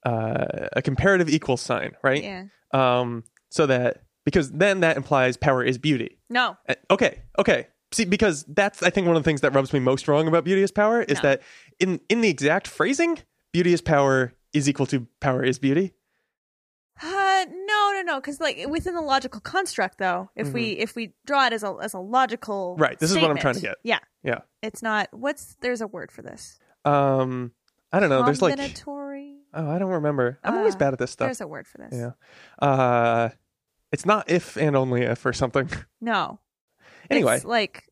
Speaker 1: uh, a comparative equal sign, right?
Speaker 2: Yeah.
Speaker 1: um, so that because then that implies power is beauty.
Speaker 2: No.
Speaker 1: Uh, Okay, okay. See, because that's I think one of the things that rubs me most wrong about beauty is power is
Speaker 2: No.
Speaker 1: that in in the exact phrasing, beauty is power is equal to power is beauty.
Speaker 2: Uh, no, no, no. Because like within the logical construct, though, if we if we draw it as a as a logical
Speaker 1: Mm-hmm. Right, this is what I'm trying to
Speaker 2: statement,
Speaker 1: Yeah.
Speaker 2: Yeah. It's not. What's there's a word for this.
Speaker 1: Um, I don't know. There's like
Speaker 2: Combinatory.
Speaker 1: oh, I don't remember. I'm always
Speaker 2: Uh,
Speaker 1: bad at this stuff.
Speaker 2: There's a word for this.
Speaker 1: Yeah. Uh, it's not if and only if or something.
Speaker 2: No.
Speaker 1: anyway,
Speaker 2: It's like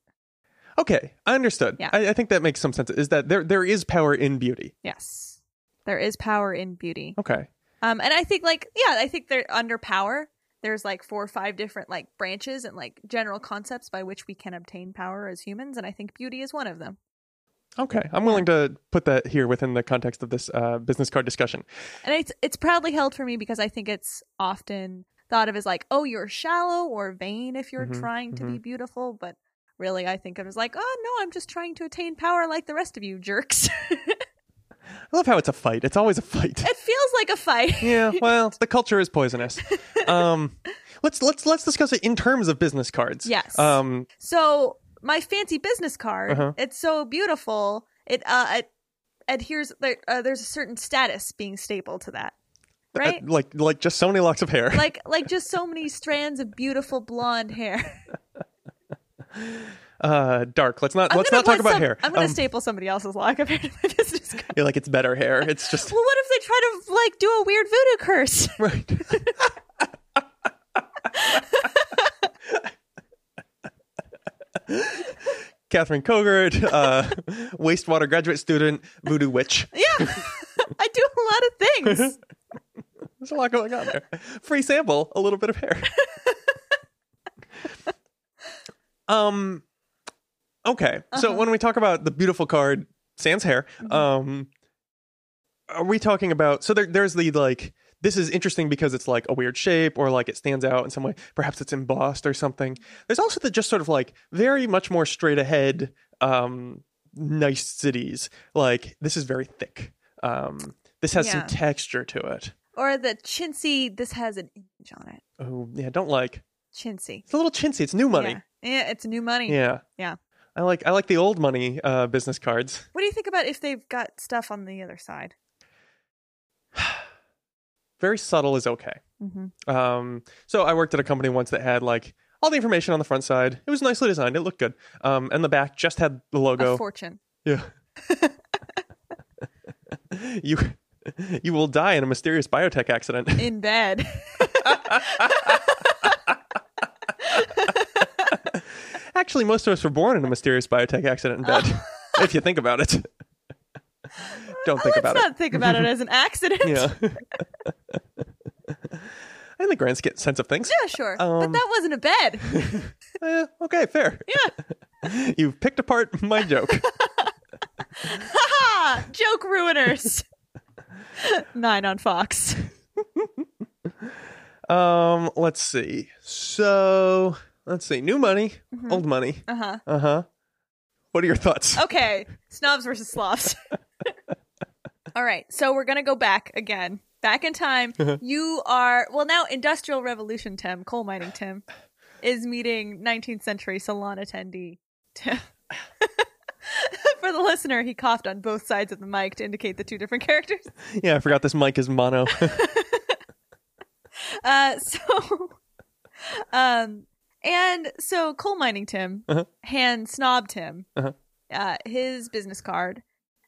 Speaker 1: okay, I understood.
Speaker 2: Yeah.
Speaker 1: I, I think that makes some sense. Is that there there is power in beauty?
Speaker 2: yes, there is power in beauty.
Speaker 1: Okay.
Speaker 2: Um, and I think like yeah, I think they're under power. There's like four or five different like branches and like general concepts by which we can obtain power as humans, and I think beauty is one of them.
Speaker 1: Okay, I'm willing to put that here within the context of this uh, business card discussion.
Speaker 2: And it's it's proudly held for me because I think it's often thought of as like, oh, you're shallow or vain if you're
Speaker 1: Mhm,
Speaker 2: trying to be beautiful, but really I think of it as like, oh no, I'm just trying to attain power like the rest of you jerks. it
Speaker 1: I love how it's a fight. It's always a fight.
Speaker 2: feels like a fight.
Speaker 1: yeah, well, the culture is poisonous. Um, let's let's let's discuss it in terms of business cards.
Speaker 2: Yes.
Speaker 1: Um,
Speaker 2: So my fancy business card,
Speaker 1: Uh-huh.
Speaker 2: it's so beautiful. It uh it adheres. There, uh, there's a certain status being stapled to that,
Speaker 1: uh,
Speaker 2: right?
Speaker 1: like like just so many locks of hair.
Speaker 2: like like just so many strands of beautiful blonde hair.
Speaker 1: Uh, dark. Let's not
Speaker 2: I'm
Speaker 1: let's
Speaker 2: gonna
Speaker 1: not talk
Speaker 2: put
Speaker 1: about
Speaker 2: some-
Speaker 1: hair.
Speaker 2: I'm gonna
Speaker 1: Um,
Speaker 2: staple somebody else's lock up here to my business card.
Speaker 1: you're like it's better hair. It's just
Speaker 2: Well, what if they try to like do a weird voodoo curse?
Speaker 1: right. Catherine Kogert, uh, wastewater graduate student, voodoo witch.
Speaker 2: yeah, I do a lot of things.
Speaker 1: There's a lot going on there. Free sample, a little bit of hair. um okay. So when we talk about the beautiful card sans hair, um are we talking about so there, there's the like this is interesting because it's like a weird shape or like it stands out in some way. Perhaps it's embossed or something. There's also the just sort of like very much more straight ahead um niceties. Like this is very thick. Um this has
Speaker 2: Yeah.
Speaker 1: some texture to it.
Speaker 2: Or the chintzy. This has an image on it.
Speaker 1: Oh yeah, don't like.
Speaker 2: Chintzy.
Speaker 1: It's a little chintzy. It's new money.
Speaker 2: Yeah. yeah, it's new money.
Speaker 1: Yeah.
Speaker 2: Yeah.
Speaker 1: I like I like the old money uh, business cards.
Speaker 2: What do you think about if they've got stuff on the other side?
Speaker 1: Very subtle is okay.
Speaker 2: Mhm.
Speaker 1: Um, so I worked at a company once that had like all the information on the front side. It was nicely designed. It looked good. Um, and the back just had the
Speaker 2: A
Speaker 1: logo.
Speaker 2: fortune.
Speaker 1: yeah. you you will die in a mysterious biotech accident.
Speaker 2: In bed.
Speaker 1: Actually, most of us were born in a mysterious biotech accident in bed. if you think about it. Don't think
Speaker 2: Let's
Speaker 1: about it.
Speaker 2: Oh, not think about it as an accident.
Speaker 1: Yeah. In the grand sk- sense of things.
Speaker 2: Yeah, sure. but
Speaker 1: Um,
Speaker 2: that wasn't a bed.
Speaker 1: Eh, okay, fair. Yeah. You've picked apart my joke.
Speaker 2: Ha! Ah, Joke ruiners. Nine on Fox.
Speaker 1: um, let's see. So, let's see. New money, old money.
Speaker 2: Uh huh.
Speaker 1: Uh huh. What are your thoughts?
Speaker 2: Okay. Snobs versus slobs. All right. So we're going to go back again. Back in time.
Speaker 1: Uh-huh.
Speaker 2: you are, well, now Industrial Revolution Tim, coal mining Tim, is meeting 19th century salon attendee Tim. For the listener, he coughed on both sides of the mic to indicate the two different characters.
Speaker 1: Yeah, I forgot this mic is mono.
Speaker 2: Uh, so, um, and so coal mining Tim
Speaker 1: Uh-huh.
Speaker 2: hand snobbed him
Speaker 1: Uh-huh.
Speaker 2: uh, his business card,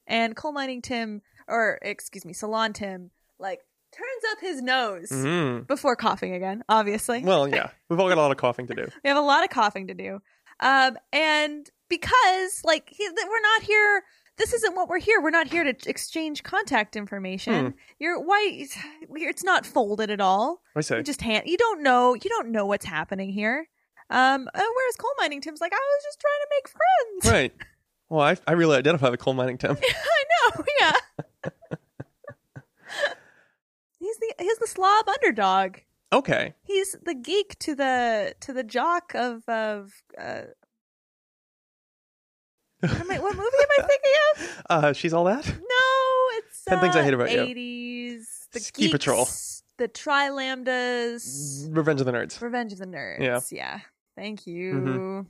Speaker 2: and coal mining Tim, or excuse me, salon Tim, like turns up his nose
Speaker 1: Mm.
Speaker 2: before coughing again. Obviously,
Speaker 1: Well, yeah, we've all got a lot of coughing to do.
Speaker 2: we have a lot of coughing to do, um, and because like he, that we're not here. This isn't what we're here. We're not here to exchange contact
Speaker 1: Hmm.
Speaker 2: information. You're why it's not folded at all.
Speaker 1: I say,
Speaker 2: You just hand. You don't know. You don't know what's happening here. Um. uh, whereas coal mining Tim's like, I was just trying to make friends.
Speaker 1: right. Well, I, I really identify with coal mining Tim.
Speaker 2: I know. Yeah. he's the he's the slob underdog.
Speaker 1: Okay.
Speaker 2: He's the geek to the to the jock of of. Uh, what, am I, what movie am I thinking of?
Speaker 1: Uh, she's all that.
Speaker 2: No, it's uh,
Speaker 1: Ten Things I Hate About You.
Speaker 2: Eighties. The
Speaker 1: Ski Patrol.
Speaker 2: geeks, The Tri Lambdas.
Speaker 1: Revenge of the Nerds.
Speaker 2: Revenge of the Nerds.
Speaker 1: Mm. Yeah. Mm-hmm.
Speaker 2: Thank you.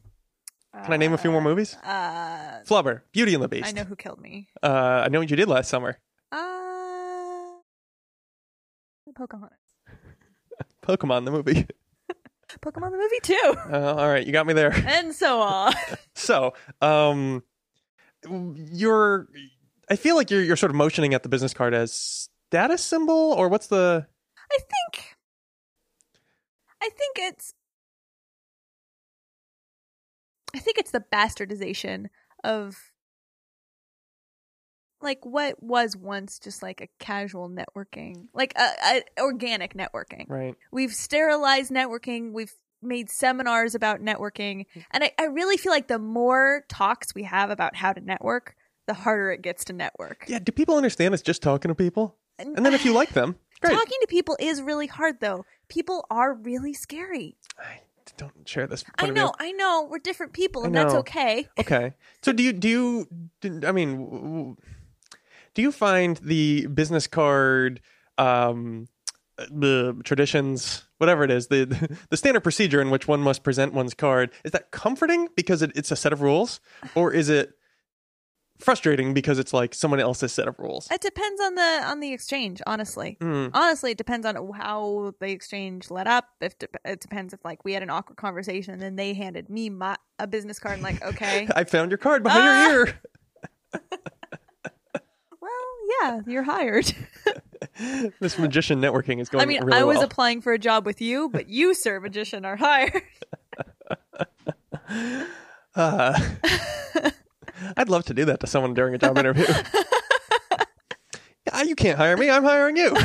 Speaker 1: Can I name a few more movies?
Speaker 2: Uh,
Speaker 1: Flubber, Beauty and the Beast.
Speaker 2: I know who killed me.
Speaker 1: Uh, I know what you did last summer.
Speaker 2: Uh, Pokemon.
Speaker 1: Pokemon the movie.
Speaker 2: Pokemon the movie too,
Speaker 1: Uh, all right, you got me there.
Speaker 2: and so on.
Speaker 1: So, um, you're. I feel like you're you're sort of motioning at the business card as status symbol, or what's the?
Speaker 2: I think. I think it's. I think it's the bastardization of. Like what was once just like a casual networking, like a, a organic networking.
Speaker 1: Right.
Speaker 2: We've sterilized networking. We've made seminars about networking.
Speaker 1: Hmm.
Speaker 2: And I, I really feel like the more talks we have about how to network, the harder it gets to network.
Speaker 1: Yeah. Do people understand it's just talking to people? And then if you like them, great.
Speaker 2: Talking to people is really hard, though. People are really scary.
Speaker 1: I don't share this. Point
Speaker 2: I
Speaker 1: of view.
Speaker 2: know, I know. We're different people,
Speaker 1: I
Speaker 2: and that's
Speaker 1: know.
Speaker 2: okay.
Speaker 1: Okay. So do you do you do- I mean w- w- do you find the business card um the traditions whatever it is the the standard procedure in which one must present one's card is that comforting because it, it's a set of rules or is it frustrating because it's like someone else's set of rules?
Speaker 2: It depends on the on the exchange, honestly.
Speaker 1: Mm,
Speaker 2: Honestly, it depends on how the exchange let up. If de- it depends if like we had an awkward conversation, and then they handed me my a business card, and like, okay,
Speaker 1: I found your card behind
Speaker 2: Ah!
Speaker 1: your ear.
Speaker 2: Well, yeah, you're hired.
Speaker 1: This magician networking is going
Speaker 2: I mean,
Speaker 1: really
Speaker 2: I was
Speaker 1: well.
Speaker 2: applying for a job with you, but you, sir, magician, are hired.
Speaker 1: Uh, I'd love to do that to someone during a job interview. Yeah, you can't hire me. I'm hiring you.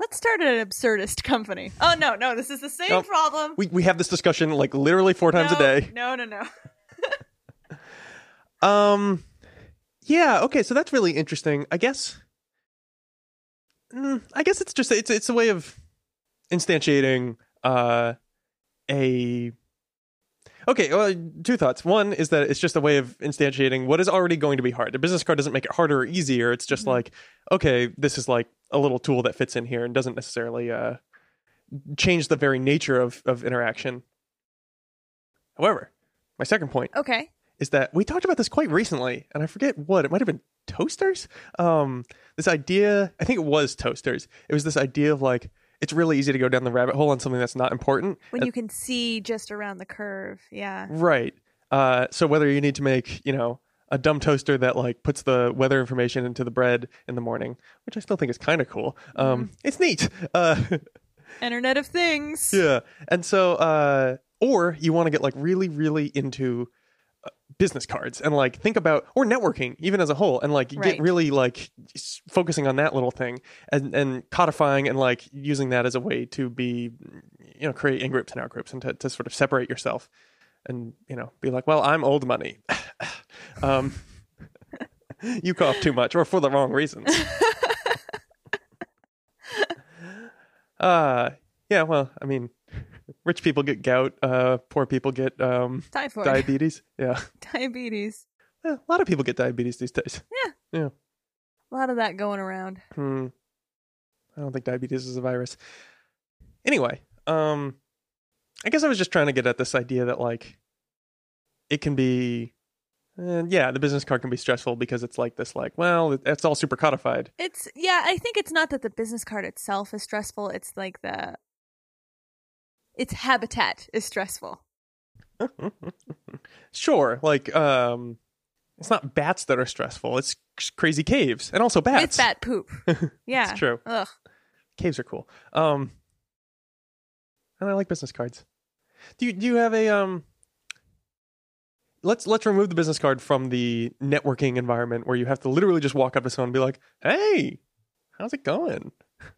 Speaker 2: Let's start an absurdist company. Oh no, no, this is the same
Speaker 1: Nope.
Speaker 2: problem.
Speaker 1: We, we have this discussion like literally four times
Speaker 2: no,
Speaker 1: a day.
Speaker 2: No, no, no.
Speaker 1: Um, yeah. Okay. So that's really interesting. I guess. Mm, I guess it's just it's it's a way of instantiating uh a. Okay, well, two thoughts. One is that it's just a way of instantiating what is already going to be hard. The business card doesn't make it harder or easier. It's just like, okay, this is like a little tool that fits in here and doesn't necessarily uh, change the very nature of, of interaction. However, my second point
Speaker 2: Okay.
Speaker 1: is that we talked about this quite recently, and I forget what it might have been toasters. Um, this idea, I think it was toasters. It was this idea of like it's really easy to go down the rabbit hole on something that's not important,
Speaker 2: When you can see just around the curve, yeah.
Speaker 1: right? Uh, so whether you need to make you know a dumb toaster that like puts the weather information into the bread in the morning, which I still think is kind of cool. Um,
Speaker 2: Mm-hmm.
Speaker 1: It's neat. Uh,
Speaker 2: Internet of Things.
Speaker 1: Yeah. And so, uh, or you want to get like really, really into uh, business cards and like think about or networking even as a whole and like
Speaker 2: Right.
Speaker 1: get really like s- focusing on that little thing and and codifying and like using that as a way to be you know create in groups and out groups and to, to sort of separate yourself and you know be like well i'm old money um you cough too much or for the wrong reasons uh yeah, well, I mean, rich people get gout, uh, poor people get um,
Speaker 2: Typhoid.
Speaker 1: diabetes. Yeah.
Speaker 2: Diabetes.
Speaker 1: Eh, a lot of people get diabetes these days.
Speaker 2: A lot of that going around.
Speaker 1: Hmm. I don't think diabetes is a virus. Anyway, um, I guess I was just trying to get at this idea that like it can be And yeah, the business card can be stressful because it's like this, like, well, it- it's all super codified.
Speaker 2: It's yeah, I think it's not that the business card itself is stressful, it's like the its habitat is stressful.
Speaker 1: Sure, like, um, it's not bats that are stressful. It's c- crazy caves and also bats.
Speaker 2: It's bat poop. Yeah.
Speaker 1: true.
Speaker 2: Ugh.
Speaker 1: Caves are cool. Um, and I like business cards. Do you do you have a um? Let's let's remove the business card from the networking environment where you have to literally just walk up to someone and be like, "Hey, how's it going?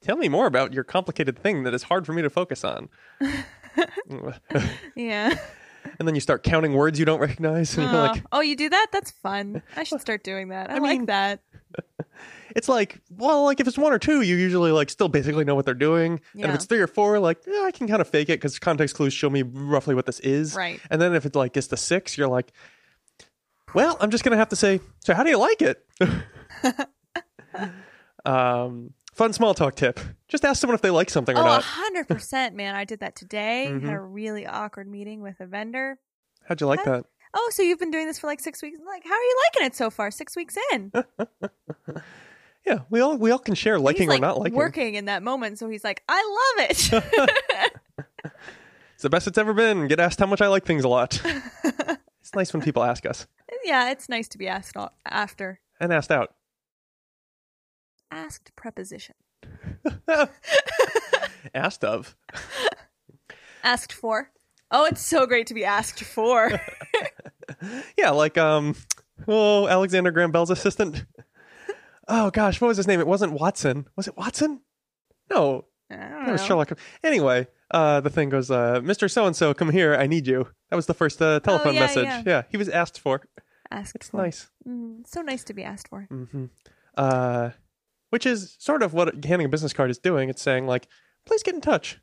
Speaker 1: Tell me more about your complicated thing that is hard for me to focus on." and
Speaker 2: Yeah.
Speaker 1: then you start counting words you don't recognize, and you're
Speaker 2: Aw.
Speaker 1: like,
Speaker 2: oh, you do that? That's fun. I should start doing that. I,
Speaker 1: mean-
Speaker 2: like that.
Speaker 1: it's like well like if it's one or two you usually like still basically know what they're doing and
Speaker 2: Yeah.
Speaker 1: if it's three or four like yeah, i can kind of fake it because context clues show me roughly what this is
Speaker 2: Right.
Speaker 1: and then if it's like it's the six you're like well i'm just gonna have to say so how do you like it um fun small talk tip just ask someone if they like something or
Speaker 2: Oh, a
Speaker 1: not Mm-hmm.
Speaker 2: 100%, man. I did that today. Had a really awkward meeting with a vendor.
Speaker 1: how'd you like that
Speaker 2: Oh, so you've been doing this for like 6 weeks. Like, how are you liking it so far? 6 weeks in.
Speaker 1: yeah we all we all can share liking
Speaker 2: He's like
Speaker 1: or not liking
Speaker 2: working in that moment, so he's like, "I love it."
Speaker 1: it's the best it's ever been get asked how much i like things a lot it's nice when people ask us
Speaker 2: yeah, it's nice to be asked al- after.
Speaker 1: and asked out
Speaker 2: Asked preposition.
Speaker 1: asked of
Speaker 2: Asked for. Oh, it's so great to be asked for.
Speaker 1: Yeah, like um, oh Alexander Graham Bell's assistant. Oh gosh, what was his name? It wasn't Watson. Was it Watson? No,
Speaker 2: I
Speaker 1: that
Speaker 2: don't
Speaker 1: was
Speaker 2: know.
Speaker 1: Sherlock. Anyway, uh, the thing goes, uh, Mister So and So, come here, I need you. That was the first uh, telephone
Speaker 2: Oh, yeah,
Speaker 1: message.
Speaker 2: yeah.
Speaker 1: he was asked for.
Speaker 2: Asked
Speaker 1: It's
Speaker 2: for.
Speaker 1: nice.
Speaker 2: Mm, so nice to be asked for.
Speaker 1: hmm Uh, which is sort of what handing a business card is doing. It's saying like, please get in touch.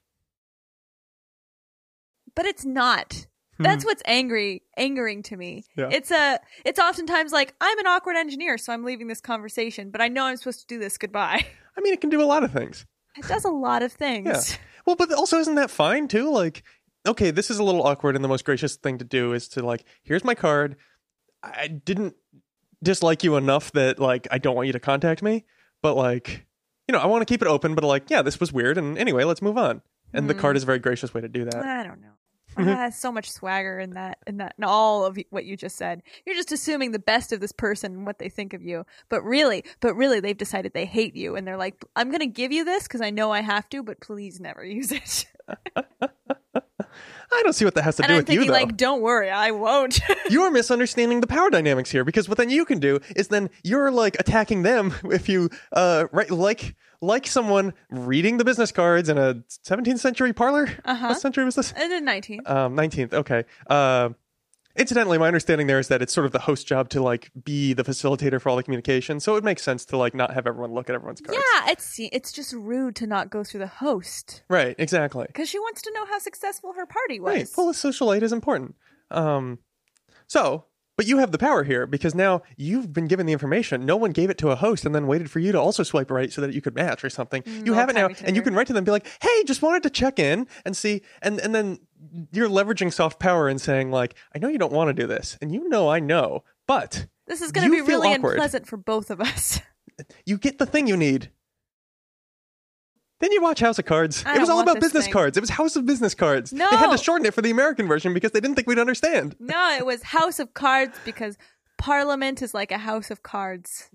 Speaker 2: But it's not. That's what's angry, angering to me.
Speaker 1: Hmm. Yeah.
Speaker 2: It's a. It's oftentimes like I'm an awkward engineer, so I'm leaving this conversation, but I know I'm supposed to do this. Goodbye.
Speaker 1: I mean, it can do a lot of things.
Speaker 2: It does a lot of
Speaker 1: Yeah.
Speaker 2: things.
Speaker 1: Well, but also isn't that fine too? Like, okay, this is a little awkward, and the most gracious thing to do is to like, here's my card. I didn't dislike you enough that like I don't want you to contact me, but like, you know, I want to keep it open. But like, yeah, this was weird, and anyway, let's move on. And the
Speaker 2: Hmm.
Speaker 1: card is a very gracious way to do that.
Speaker 2: I don't know.
Speaker 1: Mm-hmm.
Speaker 2: Ah, There's so much swagger in that, in that, in all of y- what you just said. You're just assuming the best of this person and what they think of you. But really, but really, they've decided they hate you, and they're like, "I'm going to give you this because I know I have to, but please never use it."
Speaker 1: I don't see what that has to
Speaker 2: And
Speaker 1: do
Speaker 2: I'm
Speaker 1: with you
Speaker 2: thinking,
Speaker 1: though.
Speaker 2: like, "Don't worry, I won't."
Speaker 1: you're misunderstanding the power dynamics here because what then you can do is then you're like attacking them if you uh right like like someone reading the business cards in a 17th century parlor what century was this
Speaker 2: and then 19.
Speaker 1: um 19th okay uh incidentally my understanding there is that it's sort of the host job to like be the facilitator for all the communication so it makes sense to like not have everyone look at everyone's cards
Speaker 2: Yeah, it's it's just rude to not go through the host
Speaker 1: right exactly
Speaker 2: because she wants to know how successful her party was.
Speaker 1: Right. Well, the social aid is important. Um, so, but you have the power here because now you've been given the information. No one gave it to a host and then waited for you to also swipe right so that you could match or something. you
Speaker 2: old
Speaker 1: have it now,
Speaker 2: timey
Speaker 1: and you
Speaker 2: Tinder.
Speaker 1: can write to them and be like, "Hey, just wanted to check in and see." And and then you're leveraging soft power and saying like, "I know you don't want to do this, and you know I know, but
Speaker 2: this is going
Speaker 1: you
Speaker 2: to be
Speaker 1: feel
Speaker 2: really
Speaker 1: awkward.
Speaker 2: unpleasant for both of us.
Speaker 1: you get the thing you need." Then you watch House of Cards.
Speaker 2: I
Speaker 1: it was
Speaker 2: don't
Speaker 1: all
Speaker 2: want
Speaker 1: about
Speaker 2: this
Speaker 1: business
Speaker 2: thing.
Speaker 1: cards. It was House of Business Cards. They had
Speaker 2: No.
Speaker 1: to shorten it for the American version because they didn't think we'd understand.
Speaker 2: No, it was House of Cards because Parliament is like a house of cards.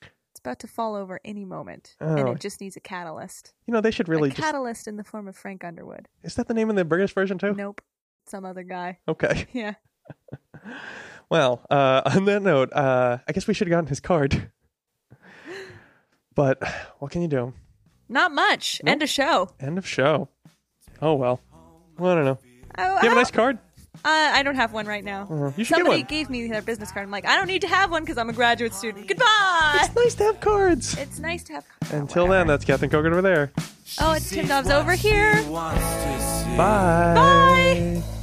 Speaker 2: It's about to fall over any moment, and
Speaker 1: Oh.
Speaker 2: it just needs a catalyst.
Speaker 1: You know, they should really
Speaker 2: a
Speaker 1: just.
Speaker 2: catalyst in the form of Frank Underwood.
Speaker 1: Is that the name in the British version too?
Speaker 2: Nope, some other guy.
Speaker 1: Okay.
Speaker 2: Yeah.
Speaker 1: Well, uh, on that note, uh, I guess we should have gotten his card. But what can you do?
Speaker 2: Not much. End of show.
Speaker 1: End of show. Oh, well. I don't know.
Speaker 2: Oh,
Speaker 1: You have a
Speaker 2: I-
Speaker 1: nice card?
Speaker 2: uh, I don't have one right now.
Speaker 1: You should
Speaker 2: Somebody
Speaker 1: get one.
Speaker 2: gave me their business card. I'm like, I don't need to have one because I'm a graduate student. Goodbye.
Speaker 1: It's nice to have cards.
Speaker 2: It's nice to have.
Speaker 1: Until then, that's Catherine Kogan over there.
Speaker 2: Oh, it's Tim Dobbs over here.
Speaker 3: Wants to see.
Speaker 1: Bye.
Speaker 2: Bye.